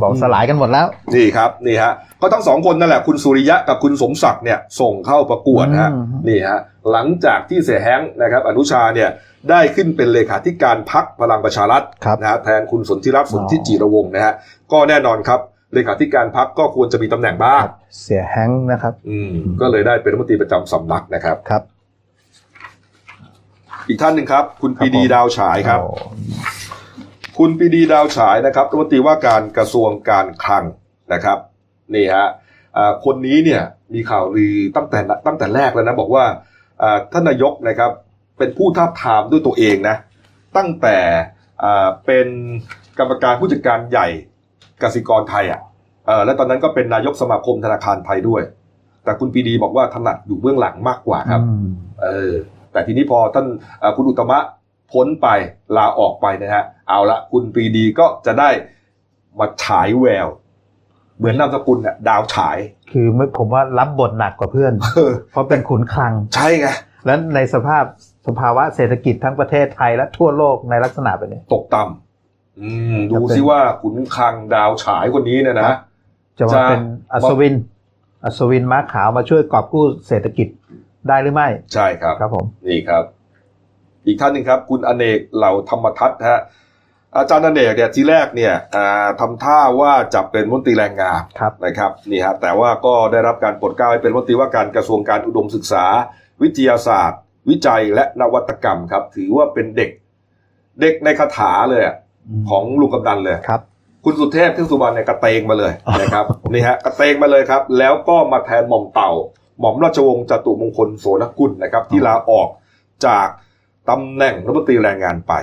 S2: บอก
S1: อืม
S2: สลายกันหมดแล้ว
S1: นี่ครับนี่ฮะก็ทั้งสองคนนั่นแหละคุณสุริยะกับคุณสมศักดิ์เนี่ยส่งเข้าประกวดฮะ
S2: อืม
S1: นี่ฮะหลังจากที่เสียแฮงค์นะครับ อนุชาเนี่ยได้ขึ้นเป็นเลขาธิการพักพลังประชารัฐ
S2: ครับ
S1: นะฮะแทนคุณสนธิรัตน์
S2: อ๋อ
S1: สนธิจิรวงศ์นะฮะก็แน่นอนครับเลขาธิการพักก็ควรจะมีตำแหน่งบ้าง
S2: เสียแฮงค์นะครับ
S1: อืมก็เลยได้เป็นรัฐมนตรีประจำสำนักนะครับ
S2: ครับ
S1: อีกท่านหนึ่งครับ คุณปรีดีดาวฉายครับ
S2: โอ้โห
S1: คุณปรีดีดาวฉายนะครับรัฐมนตรีว่าการกระทรวงการคลังนะครับนี่ฮะอ่าคนนี้เนี่ยมีข่าวลือตั้งแต่ตั้งแต่แรกแล้วนะบอกว่าอ่าท่านนายกนะครับเป็นผู้ท้าบทามด้วยตัวเองนะตั้งแต่อ่าเป็นกรรมการผู้จัดการใหญ่กสิกรไทยอ่ะเอ่อและตอนนั้นก็เป็นนายกสมาคมธนาคารไทยด้วย แต่คุณปรีดีบอกว่าถนัดอยู่เบื้องหลังมากกว่าครับ
S2: อืม
S1: เออแต่ทีนี้พอท่านเอ่อคุณอุตตมะพ้นไปลาออกไปนะฮะ เอาละคุณปรีดีก็จะได้มาฉายแวว เหมือนนามสกุลน่ะดาวฉาย
S2: คือไม่ผมว่ารับบทหนักกว่าเพื่อน
S1: เออ
S2: เพราะเป็นขุนคลัง
S1: ใช่ไง
S2: และในสภาพสภาวะเศรษฐกิจทั้งประเทศไทยและทั่วโลกในลักษณะแบบนี้
S1: ตกต่ำอืม ดูซิว่าขุนคลังดาวฉายคนนี้เนี่ยนะ
S2: จะ
S1: จะ
S2: มาเป็นอัศวิน อัศวินม้าขาวมาช่วยกอบกู้เศรษฐกิจได้หรือไม่
S1: ใช่ครับ
S2: ครับผม
S1: นี่ครับ อีกท่านหนึ่งครับ คุณอเนกเหล่าธรรมทัศน์ฮะอาจารย์อเนกเนี่ยทีแรกเนี่ยอ่าทำท่าว่าจะเป็นมนตรีแรงงาน
S2: ครับ
S1: นะครับนี่ฮะแต่ว่าก็ได้รับการโปรดเกล้าให้เป็นรัฐมนตรีว่าการกระทรวงการอุดมศึกษา วิทยาศาสตร์ วิจัยและนวัตกรรมครับ ถือว่าเป็นเด็กเด็กในคาถาเลยอะของลุงกำนันเลย
S2: ครับ
S1: คุณสุเทพเทือกสุบรรณเนี่ยกระเตงมา เลยนะครับ นี่ฮะกระเตงมาเลยครับ แล้วก็มาแทนหม่อมเต่า หม่อมราชวงศ์จตุมงคลโสนกุลนะครับ ที่ลาออกจากตำแหน่งรัฐมนตรีแรงงานไป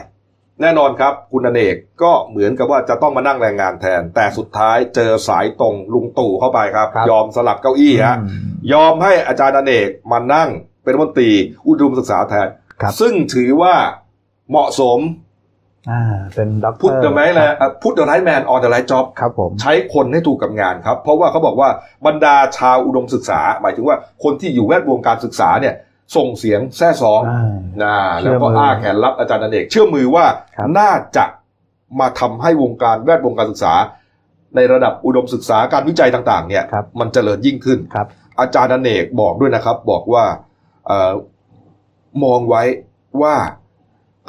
S1: แน่นอนครับ คุณอเนกก็เหมือนกับว่าจะต้องมานั่งแรงงานแทน แต่สุดท้ายเจอสายตรงลุงตู่เข้าไปครับ
S2: ครับ
S1: ยอมสลับเก้าอี้ฮะ
S2: อืม
S1: ยอมให้อาจารย์อเนกมานั่งเป็นรัฐมนตรีอุดมศึกษาแทน
S2: ครับ
S1: ซึ่งถือว่าเหมาะสม
S2: อ่าเป็นด็อกเตอร์
S1: พุทธไมนะพุทธไรแมนออนเดอะไรจ็อบ
S2: ครับผม
S1: ใช้คนให้ถูกกับงานครับ เพราะว่าเขาบอกว่าบรรดาชาวอุดมศึกษา หมายถึงว่าคนที่อยู่แวดวงการศึกษาเนี่ย ส่งเสียงแซ่ซ้อง
S2: อ่า
S1: นะ
S2: เชื่
S1: แล้ว
S2: อมือ
S1: ก็อ้าแขนรับอาจารย์อเนกเชื่อมือว่า
S2: ครับ
S1: น่าจะมาทำให้วงการแวดวงการศึกษา ในระดับอุดมศึกษาการวิจัยต่างๆ เนี่ย
S2: ครับ
S1: มันเจริญยิ่งขึ้น
S2: ครับ
S1: อาจารย์อเนกบอกด้วยนะครับ บอกว่าเออมองไว้ว่า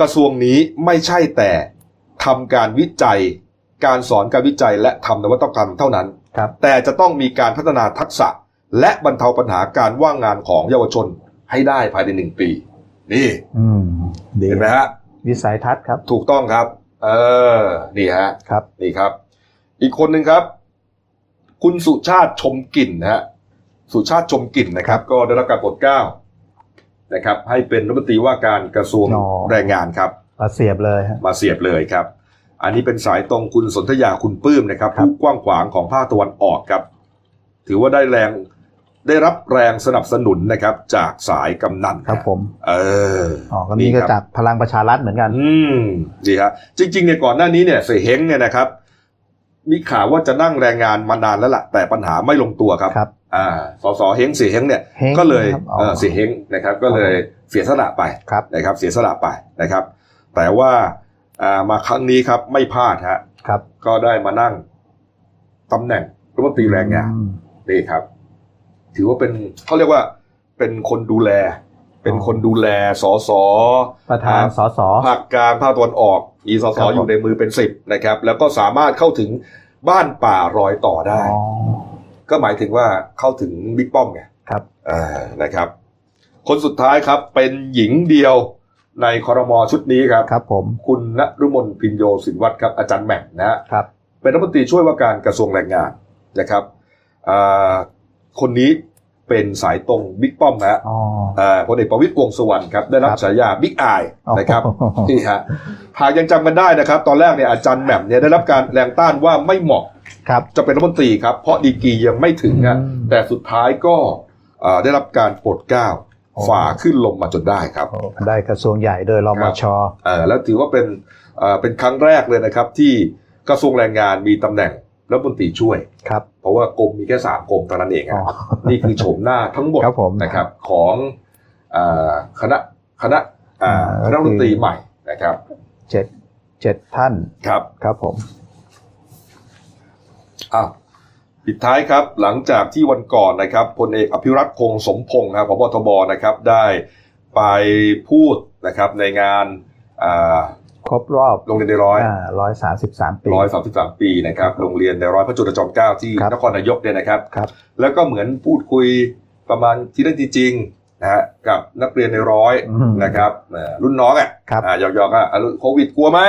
S1: กระทรวงนี้ไม่ใช่แต่ทำการวิจัย การสอนการวิจัยและทำนวัตกรรมเท่านั้น
S2: ครับ
S1: แต่จะต้องมีการพัฒนาทักษะ และบรรเทาปัญหาการว่างงานของเยาวชนให้ได้ภายในหนึ่งปี นี่
S2: อืมดี
S1: เห็นไหมฮะ
S2: วิสัยทัศน์ครับ
S1: ถูกต้องครับ เออนี่ฮะ
S2: ครับ
S1: นี่ครับ อีกคนหนึ่งครับ คุณสุชาติชมกลิ่นนะฮะสุชาติชมกลิ่นนะครับ ก็ได้รับการโปรดเกล้านะครับ ให้เป็นรัฐมนตรีว่าการกระทรวง
S2: อ๋อ
S1: แรงงานครับ
S2: มาเสียบเลยฮะ
S1: มาเสียบเลยครับ อันนี้เป็นสายตรงคุณสนธยาคุณปลื้มนะครับ
S2: ครับ
S1: ผู้กว้างขวางของภาคตะวันออกครับ ถือว่าได้แรงได้รับแรงสนับสนุนนะครับ จากสายกำนัน
S2: ครับผม
S1: เออ
S2: อ๋อก็นี่
S1: ค
S2: ก็
S1: รับ
S2: จากพลังประชารัฐเหมือนกัน
S1: อืมดีครับจริงๆเนี่ยก่อนหน้านี้เนี่ยเสเฮงเนี่ยนะครับ มีข่าวว่าจะนั่งแรงงานมานานแล้วล่ะแต่ปัญหาไม่ลงตัวครับ
S2: ครับ
S1: อ่าสสเฮงเสเฮงเนี่ย
S2: เฮ้ง
S1: ก็เลย
S2: ครับอ๋อ
S1: เออเสเฮงนะครับ ก็เลยเสียสละไป
S2: ครับ
S1: นะครับ เสียสละไปนะครับ แต่ว่าอ่ามาครั้งนี้ครับไม่พลาดฮะ
S2: ครับ
S1: ก็ได้มานั่งตำแหน่งรัฐมนตรีแรงงาน
S2: อืม
S1: นี่ครับ ถือว่าเป็นเขาเรียกว่าเป็นคนดูแล เป็น
S2: อ๋อ
S1: คนดูแลสส
S2: ประธานสส
S1: ภาคกลางภาคตะวันออกอีส
S2: ค
S1: ส
S2: รับผม
S1: อยู่ในมือเป็นสิบนะครับ แล้วก็สามารถเข้าถึงบ้านป่ารอยต่อได้
S2: อ๋อ
S1: ก็หมายถึงว่าเข้าถึงบิ๊กป้อมไง
S2: ครับ
S1: อ่านะครับ คนสุดท้ายครับเป็นหญิงเดียวในคอรมอชุดนี้ครับ
S2: ครับผม
S1: คุณณรุมนพินโยสินวัตรครับอาจารย์แหม่มนะฮะ
S2: ครับ
S1: เป็นรัฐมนตรีช่วยว่าการกระทรวงแรงงานนะครับอ่าคนนี้เป็นสายตรงบิ๊กป้อมนะฮะ
S2: อ๋อ
S1: อ่าพลเอกประวิตยวงษ์สุวรรณครับได้รับ
S2: ครับ
S1: ฉายาบิ๊กอายนะครับ นี่ฮะหากยังจำกันได้นะครับ ตอนแรกเนี่ยอาจารย์แหม่มเนี่ยได้รับการแรงต้านว่าไม่เหมาะ
S2: ครับ
S1: จะเป็นรัฐมนตรีครับ เพราะดีกรียังไม่ถึงนะ
S2: อืม
S1: แต่สุดท้ายก็เอ่อได้รับการโปรดเกล้า
S2: โอ้
S1: ฝ่าขึ้นลงมาจนได้ครับ
S2: โอ้ได้กระทรวงใหญ่โดยรมช
S1: เอ่อแล้วถือว่าเป็นเอ่อเป็นครั้งแรกเลยนะครับ ที่กระทรวงแรงงานมีตำแหน่งรัฐมนตรีช่วย
S2: ครับ
S1: เพราะว่ากรมมีแค่สามกรมเท่านั้นเอง
S2: อ๋อ
S1: อะนี่คือโฉมหน้าทั้งหมด
S2: ครับผม
S1: นะครับของเอ่อคณะคณะเอ่อ
S2: อ่า
S1: คณะรัฐมนตรีใหม่นะครับ
S2: เจ็ดเจ็ดท่าน
S1: ครับ
S2: ครับผม
S1: อ้าวปิดท้ายครับหลังจากที่วันก่อนนะครับพลเอกอภิรัตคงสมพงศ์ครับพบทบนะครับได้ไปพูดนะครับในงานอ่า
S2: ครบรอบ
S1: โรงเรียนในร้อย
S2: ร้อยสามสิบสามปี
S1: ร้อยสามสิบสามปีนะครับโรงเรียนในร้อยพระจุลจอมเกล้าที่
S2: ครับ
S1: นครนายกเนี่ยนะครับ
S2: ครับ
S1: แล้วก็เหมือนพูดคุยประมาณที่ได้จริงๆนะฮะกับนักเรียนในร้อย
S2: อืม
S1: นะครับเอ่อรุ่นน้องอ่ะ
S2: ครับ
S1: อ่ะหยอกๆอ่ะอ่ะโควิดกลัวไหม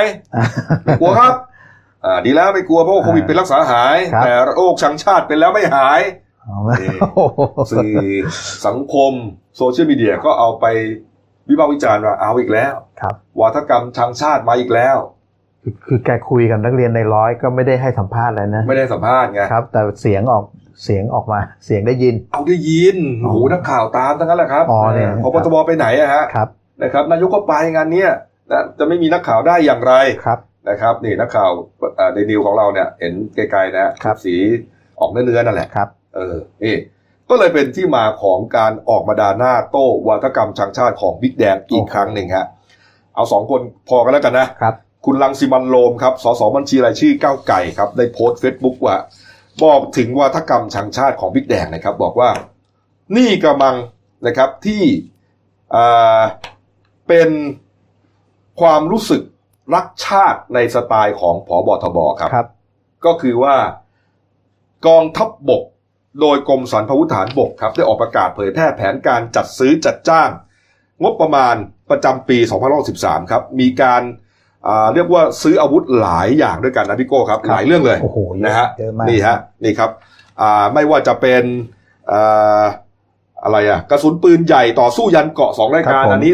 S1: กลัวครับอ่าดีแล้วไม่กลัวเพราะว่าโควิดเป็นรักษาหาย
S2: ครับ
S1: แต่โรคชังชาติเป็นแล้วไม่หาย
S2: เอา
S1: นี่
S2: โอ้โห
S1: สื่อสังคมโซเชียลมีเดียก็เอาไปวิพากษ์วิจารณ์ว่าเอาอีกแล้ว
S2: ครับ
S1: วาทกรรมชังชาติมาอีกแล้ว
S2: คือคือแกคุยกับนักเรียนในร้อยก็ไม่ได้ให้สัมภาษณ์อะไรนะ
S1: ไม่ได้สัมภาษณ์ไง
S2: ครับ แต่เสียงออกเสียงออกมา เสียงได้ยิน
S1: เอาได้ยิน
S2: อ๋อ
S1: หูนักข่าวตามทั้งนั้นแหละครับ
S2: อ๋อเนี่ย
S1: พบตบไปไหนอะฮะ
S2: ครับ
S1: นะครับ นายกก็ไปงานเนี้ยนะจะไม่มีนักข่าวได้อย่างไร
S2: ครับ
S1: นะครับ นี่นักข่าวเอ่อในนิวของเราเนี่ย เห็นไกลๆนะครับ สีออกเนื้อๆนั่นแหละ
S2: ครับ
S1: เออนี่ก็เลยเป็นที่มาของการออกมาดาหน้าโต้วาทกรรมชังชาติของบิ๊กแดงอีก
S2: โอ้
S1: ครั้งหนึ่งฮะ เอาสองคนพอกันแล้วกันนะ
S2: ครับ
S1: คุณลังสิมันโลมครับ สสบัญชีรายชื่อก้าวไก่ครับ ได้โพสต์เฟซบุ๊กว่า บอกถึงวาทกรรมชังชาติของบิ๊กแดงนะครับ บอกว่านี่กำลังนะครับที่อ่าเป็นความรู้สึกรักชาติในสไตล์ของผอบอทบครับ
S2: ครับ
S1: ก็คือว่ากองทัพบบก โดยกรมสรรพาวุธฐานบกครับ ได้ออกประกาศเผยแพร่แผนการจัดซื้อจัดจ้าง งบประมาณประจำปี2513ครับ มีการอ่าเรียกว่าซื้ออาวุธหลายอย่างด้วยกันนะพี่โก้ครับ หลายเรื่องเลย
S2: โอ้โหเยอ
S1: นะฮะ
S2: เยอะมาก
S1: นี่ฮะนี่ครับอ่าไม่ว่าจะเป็นอ่าอะไรอะกระสุนปืนใหญ่ต่อสู้ยันเกาะสองรายการอันนี้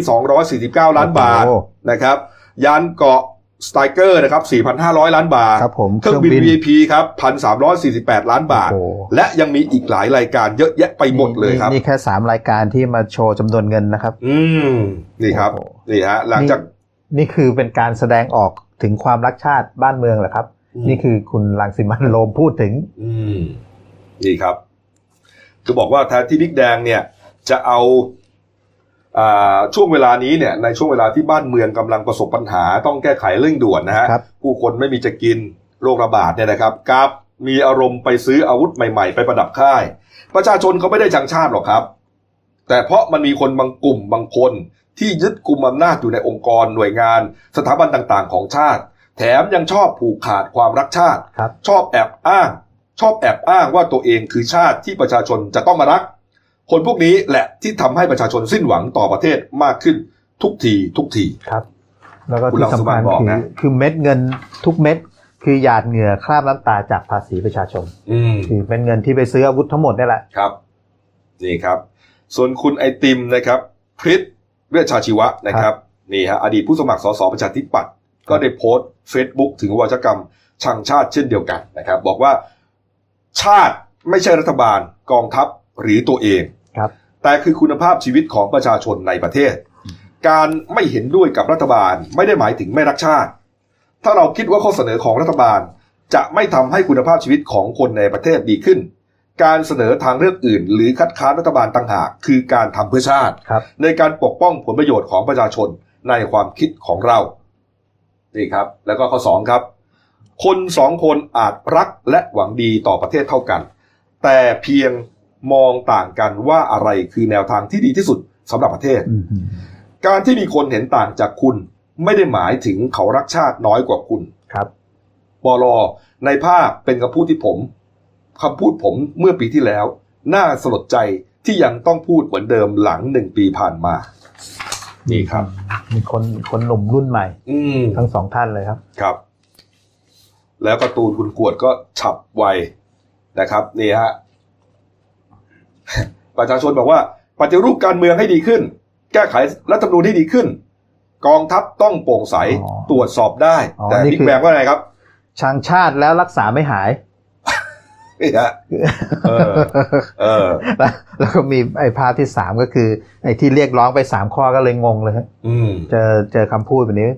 S1: 249 ล้านบาท
S2: โอ้โห
S1: นะครับยานเกาะสไตรเกอร์นะครับ4,500 ล้านบาท
S2: ครับผม
S1: เครื่องบิน VIP ครับพันสามร้อยสี่สิบแปดล้านบาท
S2: โอ้โห
S1: และยังมีอีกหลายรายการเยอะแยะไปหมดเลยครับ
S2: นี่นี่แค่สามรายการที่มาโชว์จำนวนเงินนะครับ
S1: อืม นี่ครับ
S2: โอ้โห
S1: นี่ฮะ หลังจาก
S2: นี่นี่คือเป็นการแสดงออก ถึงความรักชาติบ้านเมืองเหรอครับ
S1: อืม
S2: นี่คือคุณรังสิมันต์โรมพูดถึง
S1: อืมนี่ครับ คือบอกว่าแทนที่บิ๊กแดงเนี่ย จะเอาอ่าช่วงเวลานี้เนี่ย ในช่วงเวลาที่บ้านเมืองกำลังประสบปัญหาต้องแก้ไขเร่งด่วนนะฮะ
S2: ครับ
S1: ผู้คนไม่มีจะกินโรคระบาดเนี่ยนะครับกลับมีอารมณ์ไปซื้ออาวุธใหม่ๆ ไปประดับค่าย ประชาชนเขาไม่ได้จังชาติหรอกครับ แต่เพราะมันมีคนบางกลุ่มบางคน ที่ยึดกลุ่มอำนาจอยู่ในองค์กรหน่วยงาน สถาบันต่างๆ ของชาติ แถมยังชอบผูกขาดความรักชาติ
S2: ครับ
S1: ชอบแอบอ้าง ชอบแอบอ้างว่าตัวเองคือชาติที่ประชาชนจะต้องมารัก คนพวกนี้แหละที่ทำให้ประชาชนสิ้นหวังต่อประเทศมากขึ้นทุกทีทุกที
S2: ครับ แล้วก็
S1: คุณรั
S2: ที่
S1: งสิ
S2: สำ
S1: มั
S2: คั
S1: น
S2: ญ
S1: บอก
S2: คือ
S1: นะ
S2: คือเม็ดเงินทุกเม็ด คือหยาดเหงื่อคราบน้ำตาจากภาษีประชาชน
S1: อืม
S2: คือเป็นเงินที่ไปซื้ออาวุธทั้งหมดนี่แหละ
S1: ครับ นี่ครับ ส่วนคุณไอติมนะครับพริษเวชชาชีวะนะครับ นี่ฮะอดีตผู้สมัครสสประชาธิปัตย์ก็ได้โพสต์เฟซบุ๊กถึงวาจกรรมชังชาติเช่นเดียวกันนะครับ บอกว่าชาติไม่ใช่รัฐบาลกองทัพหรือตัวเอง
S2: ครับ
S1: แต่คือคุณภาพชีวิตของประชาชนในประเทศ การไม่เห็นด้วยกับรัฐบาลไม่ได้หมายถึงไม่รักชาติ ถ้าเราคิดว่าข้อเสนอของรัฐบาล จะไม่ทำให้คุณภาพชีวิตของคนในประเทศดีขึ้น การเสนอทางเลือกอื่น หรือคัดค้านรัฐบาลต่างหากคือการทำเพื่อชาติ
S2: ครับ
S1: ในการปกป้องผลประโยชน์ของประชาชนในความคิดของเรา นี่ครับ แล้วก็ข้อสองครับ คนสองคนอาจรักและหวังดีต่อประเทศเท่ากัน แต่เพียงมองต่างกันว่าอะไรคือแนวทางที่ดีที่สุดสำหรับประเทศ
S2: อืมฮึ
S1: การที่มีคนเห็นต่างจากคุณ ไม่ได้หมายถึงเขารักชาติน้อยกว่าคุณ
S2: ครับ
S1: ปลอในภาพเป็นคำพูดที่ผมคำพูดผมเมื่อปีที่แล้ว น่าสลดใจที่ยังต้องพูดเหมือนเดิมหลังหนึ่งปีผ่านมา นี่ครับ
S2: มีคนคนหนุ่มรุ่นใหม่
S1: อืม
S2: ทั้งสองท่านเลยครับ
S1: ครับ แล้วการ์ตูนคุณกวดก็ฉับไวนะครับ นี่ฮะ ประชาชนบอกว่า ปฏิรูปการเมืองให้ดีขึ้น แก้ไขรัฐธรรมนูญให้ดีขึ้น กองทัพต้องโปร่งใส
S2: อ๋อ
S1: ตรวจสอบได้
S2: อ๋อ
S1: แต่
S2: นี่
S1: บิ๊ก
S2: คือ
S1: แบงว่าไงครับ
S2: ชังชาติแล้วรักษาไม่หาย
S1: นี่ฮะเออ เออ
S2: แล้วแล้วก็มีไอ้ภาพที่สามก็คือ ไอ้ที่เรียกร้องไปสามข้อก็เลยงงเลยฮะ
S1: อืม
S2: เจอเจอคำพูดแบบนี้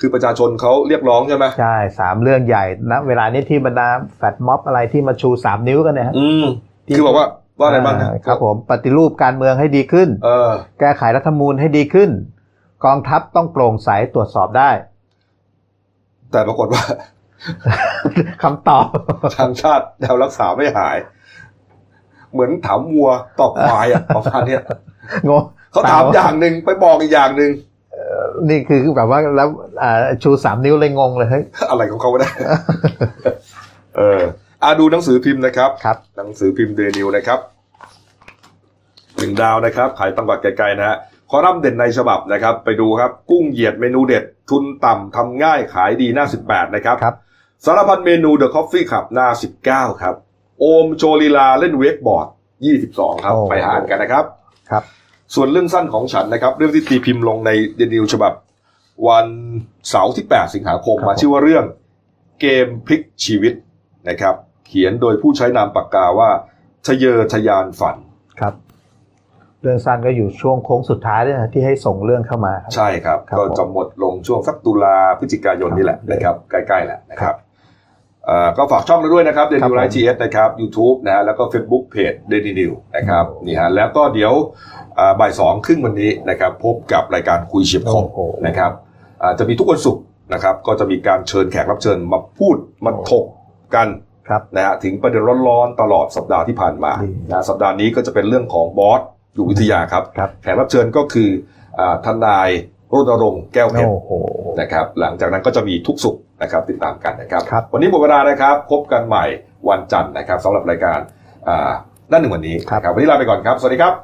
S1: คือประชาชนเขาเรียกร้องใช่ไหม
S2: ใช่สามเรื่องใหญ่นะเวลานี้ที่บรรดาแฟดม็อบอะไรที่มาชูสามนิ้วกันเนี่ยฮะ
S1: อืม คือบอกว่าว่าอะไรบ้างนะ
S2: อ่ครับผมปฏิรูปการเมืองให้ดีขึ้น
S1: เออ
S2: แก้ไขรัฐธรรมนูญให้ดีขึ้น กองทัพต้องโปร่งใสตรวจสอบได้
S1: แต่ปรากฏว่า
S2: คำตอบ
S1: ทางชาติแนวรักษาไม่หาย เหมือนถามวัวตอบควายอะประมาณเนี้ย
S2: งง
S1: เขาถามอย่างหนึ่งไปบอกอีกอย่างหนึ่ง
S2: นี่คือแบบว่าแล้วอ่าชูสามนิ้วเลยงงเลยเฮ้ย
S1: อะไรของเขาก็ ได้ เอออาดูหนังสือพิมพ์นะครับ
S2: ครับ
S1: หนังสือพิมพ์เดนิวนะครับหนึ่งดาวนะครับ ขายตำบักไกลๆนะฮะคอลัมน์เด่นในฉบับนะครับ ไปดูครับ กุ้งเหยียดเมนูเด็ด ทุนต่ำทำง่ายขายดีหน้า 18 นะครับ
S2: ครับ
S1: สารพันเมนูเดอะคอฟฟี่ขับหน้า 19 ครับ โอมโชลีลาเล่นเวกบอร์ด 22 ครับ
S2: โอ้
S1: ไปหาอ่านกันนะครับ
S2: ครับ
S1: ส่วนเรื่องสั้นของฉันนะครับ เรื่องที่ตีพิมพ์ลงในเดนิวฉบับ วันเสาร์ที่ 8 สิงหาคม
S2: ครับ
S1: มา
S2: ผม
S1: ชื่อว่าเรื่องเกมพลิกชีวิตนะครับ เขียนโดยผู้ใช้นามปากกาว่าทะเยอทะยานฝัน
S2: ครับ เรื่องสั้นก็อยู่ช่วงโค้งสุดท้ายด้วยนะที่ให้ส่งเรื่องเข้ามาครับ
S1: ใช่ครับ
S2: ครับ
S1: ก็
S2: ผม
S1: จะหมดลงช่วงสักตุลาพฤศจิกายนนี่แหละ
S2: ครับ
S1: นะครับ ใกล้ๆแหละนะค
S2: ครั
S1: รับบ เอ่อก็ฝากช่องเราด้วยนะครับเด
S2: ครับ
S1: นิวไล
S2: ผม
S1: ท์ทีเอสนะครับ YouTube นะฮะแล้วก็ Facebook Page เดนิวนะครับ
S2: โอ้
S1: นี่ฮะแล้วก็เดี๋ยวอ่าบ่ายสองครึ่งวันนี้นะครับ พบกับรายการคุยเฉียบคม
S2: โอ้โห
S1: นะครับอ่าจะมีทุกวันศุกร์นะครับ ก็จะมีการเชิญแขกรับเชิญมาพูดมา
S2: โอ้
S1: ถกกัน
S2: ครับ
S1: นะฮะถึงประเด็นร้อนๆตลอดสัปดาห์ที่ผ่านมา
S2: ดี
S1: นะสัปดาห์นี้ก็จะเป็นเรื่องของบอสอยู่วิทยาครับ
S2: ครับ
S1: แขกรับเชิญก็คืออาทนายรณรงค์แก้วเพชร
S2: โอ้โห
S1: นะครับ หลังจากนั้นก็จะมีทุกสุขนะครับติดตามกันนะครับ
S2: ครับ
S1: วันนี้หมดเวลานะครับพบกันใหม่วันจันทร์นะครับสำหรับรายการอ่าหนั่นหนึ่งวันนี้นะครับวันนี้ลาไปก่อนครับ สวัสดีครับ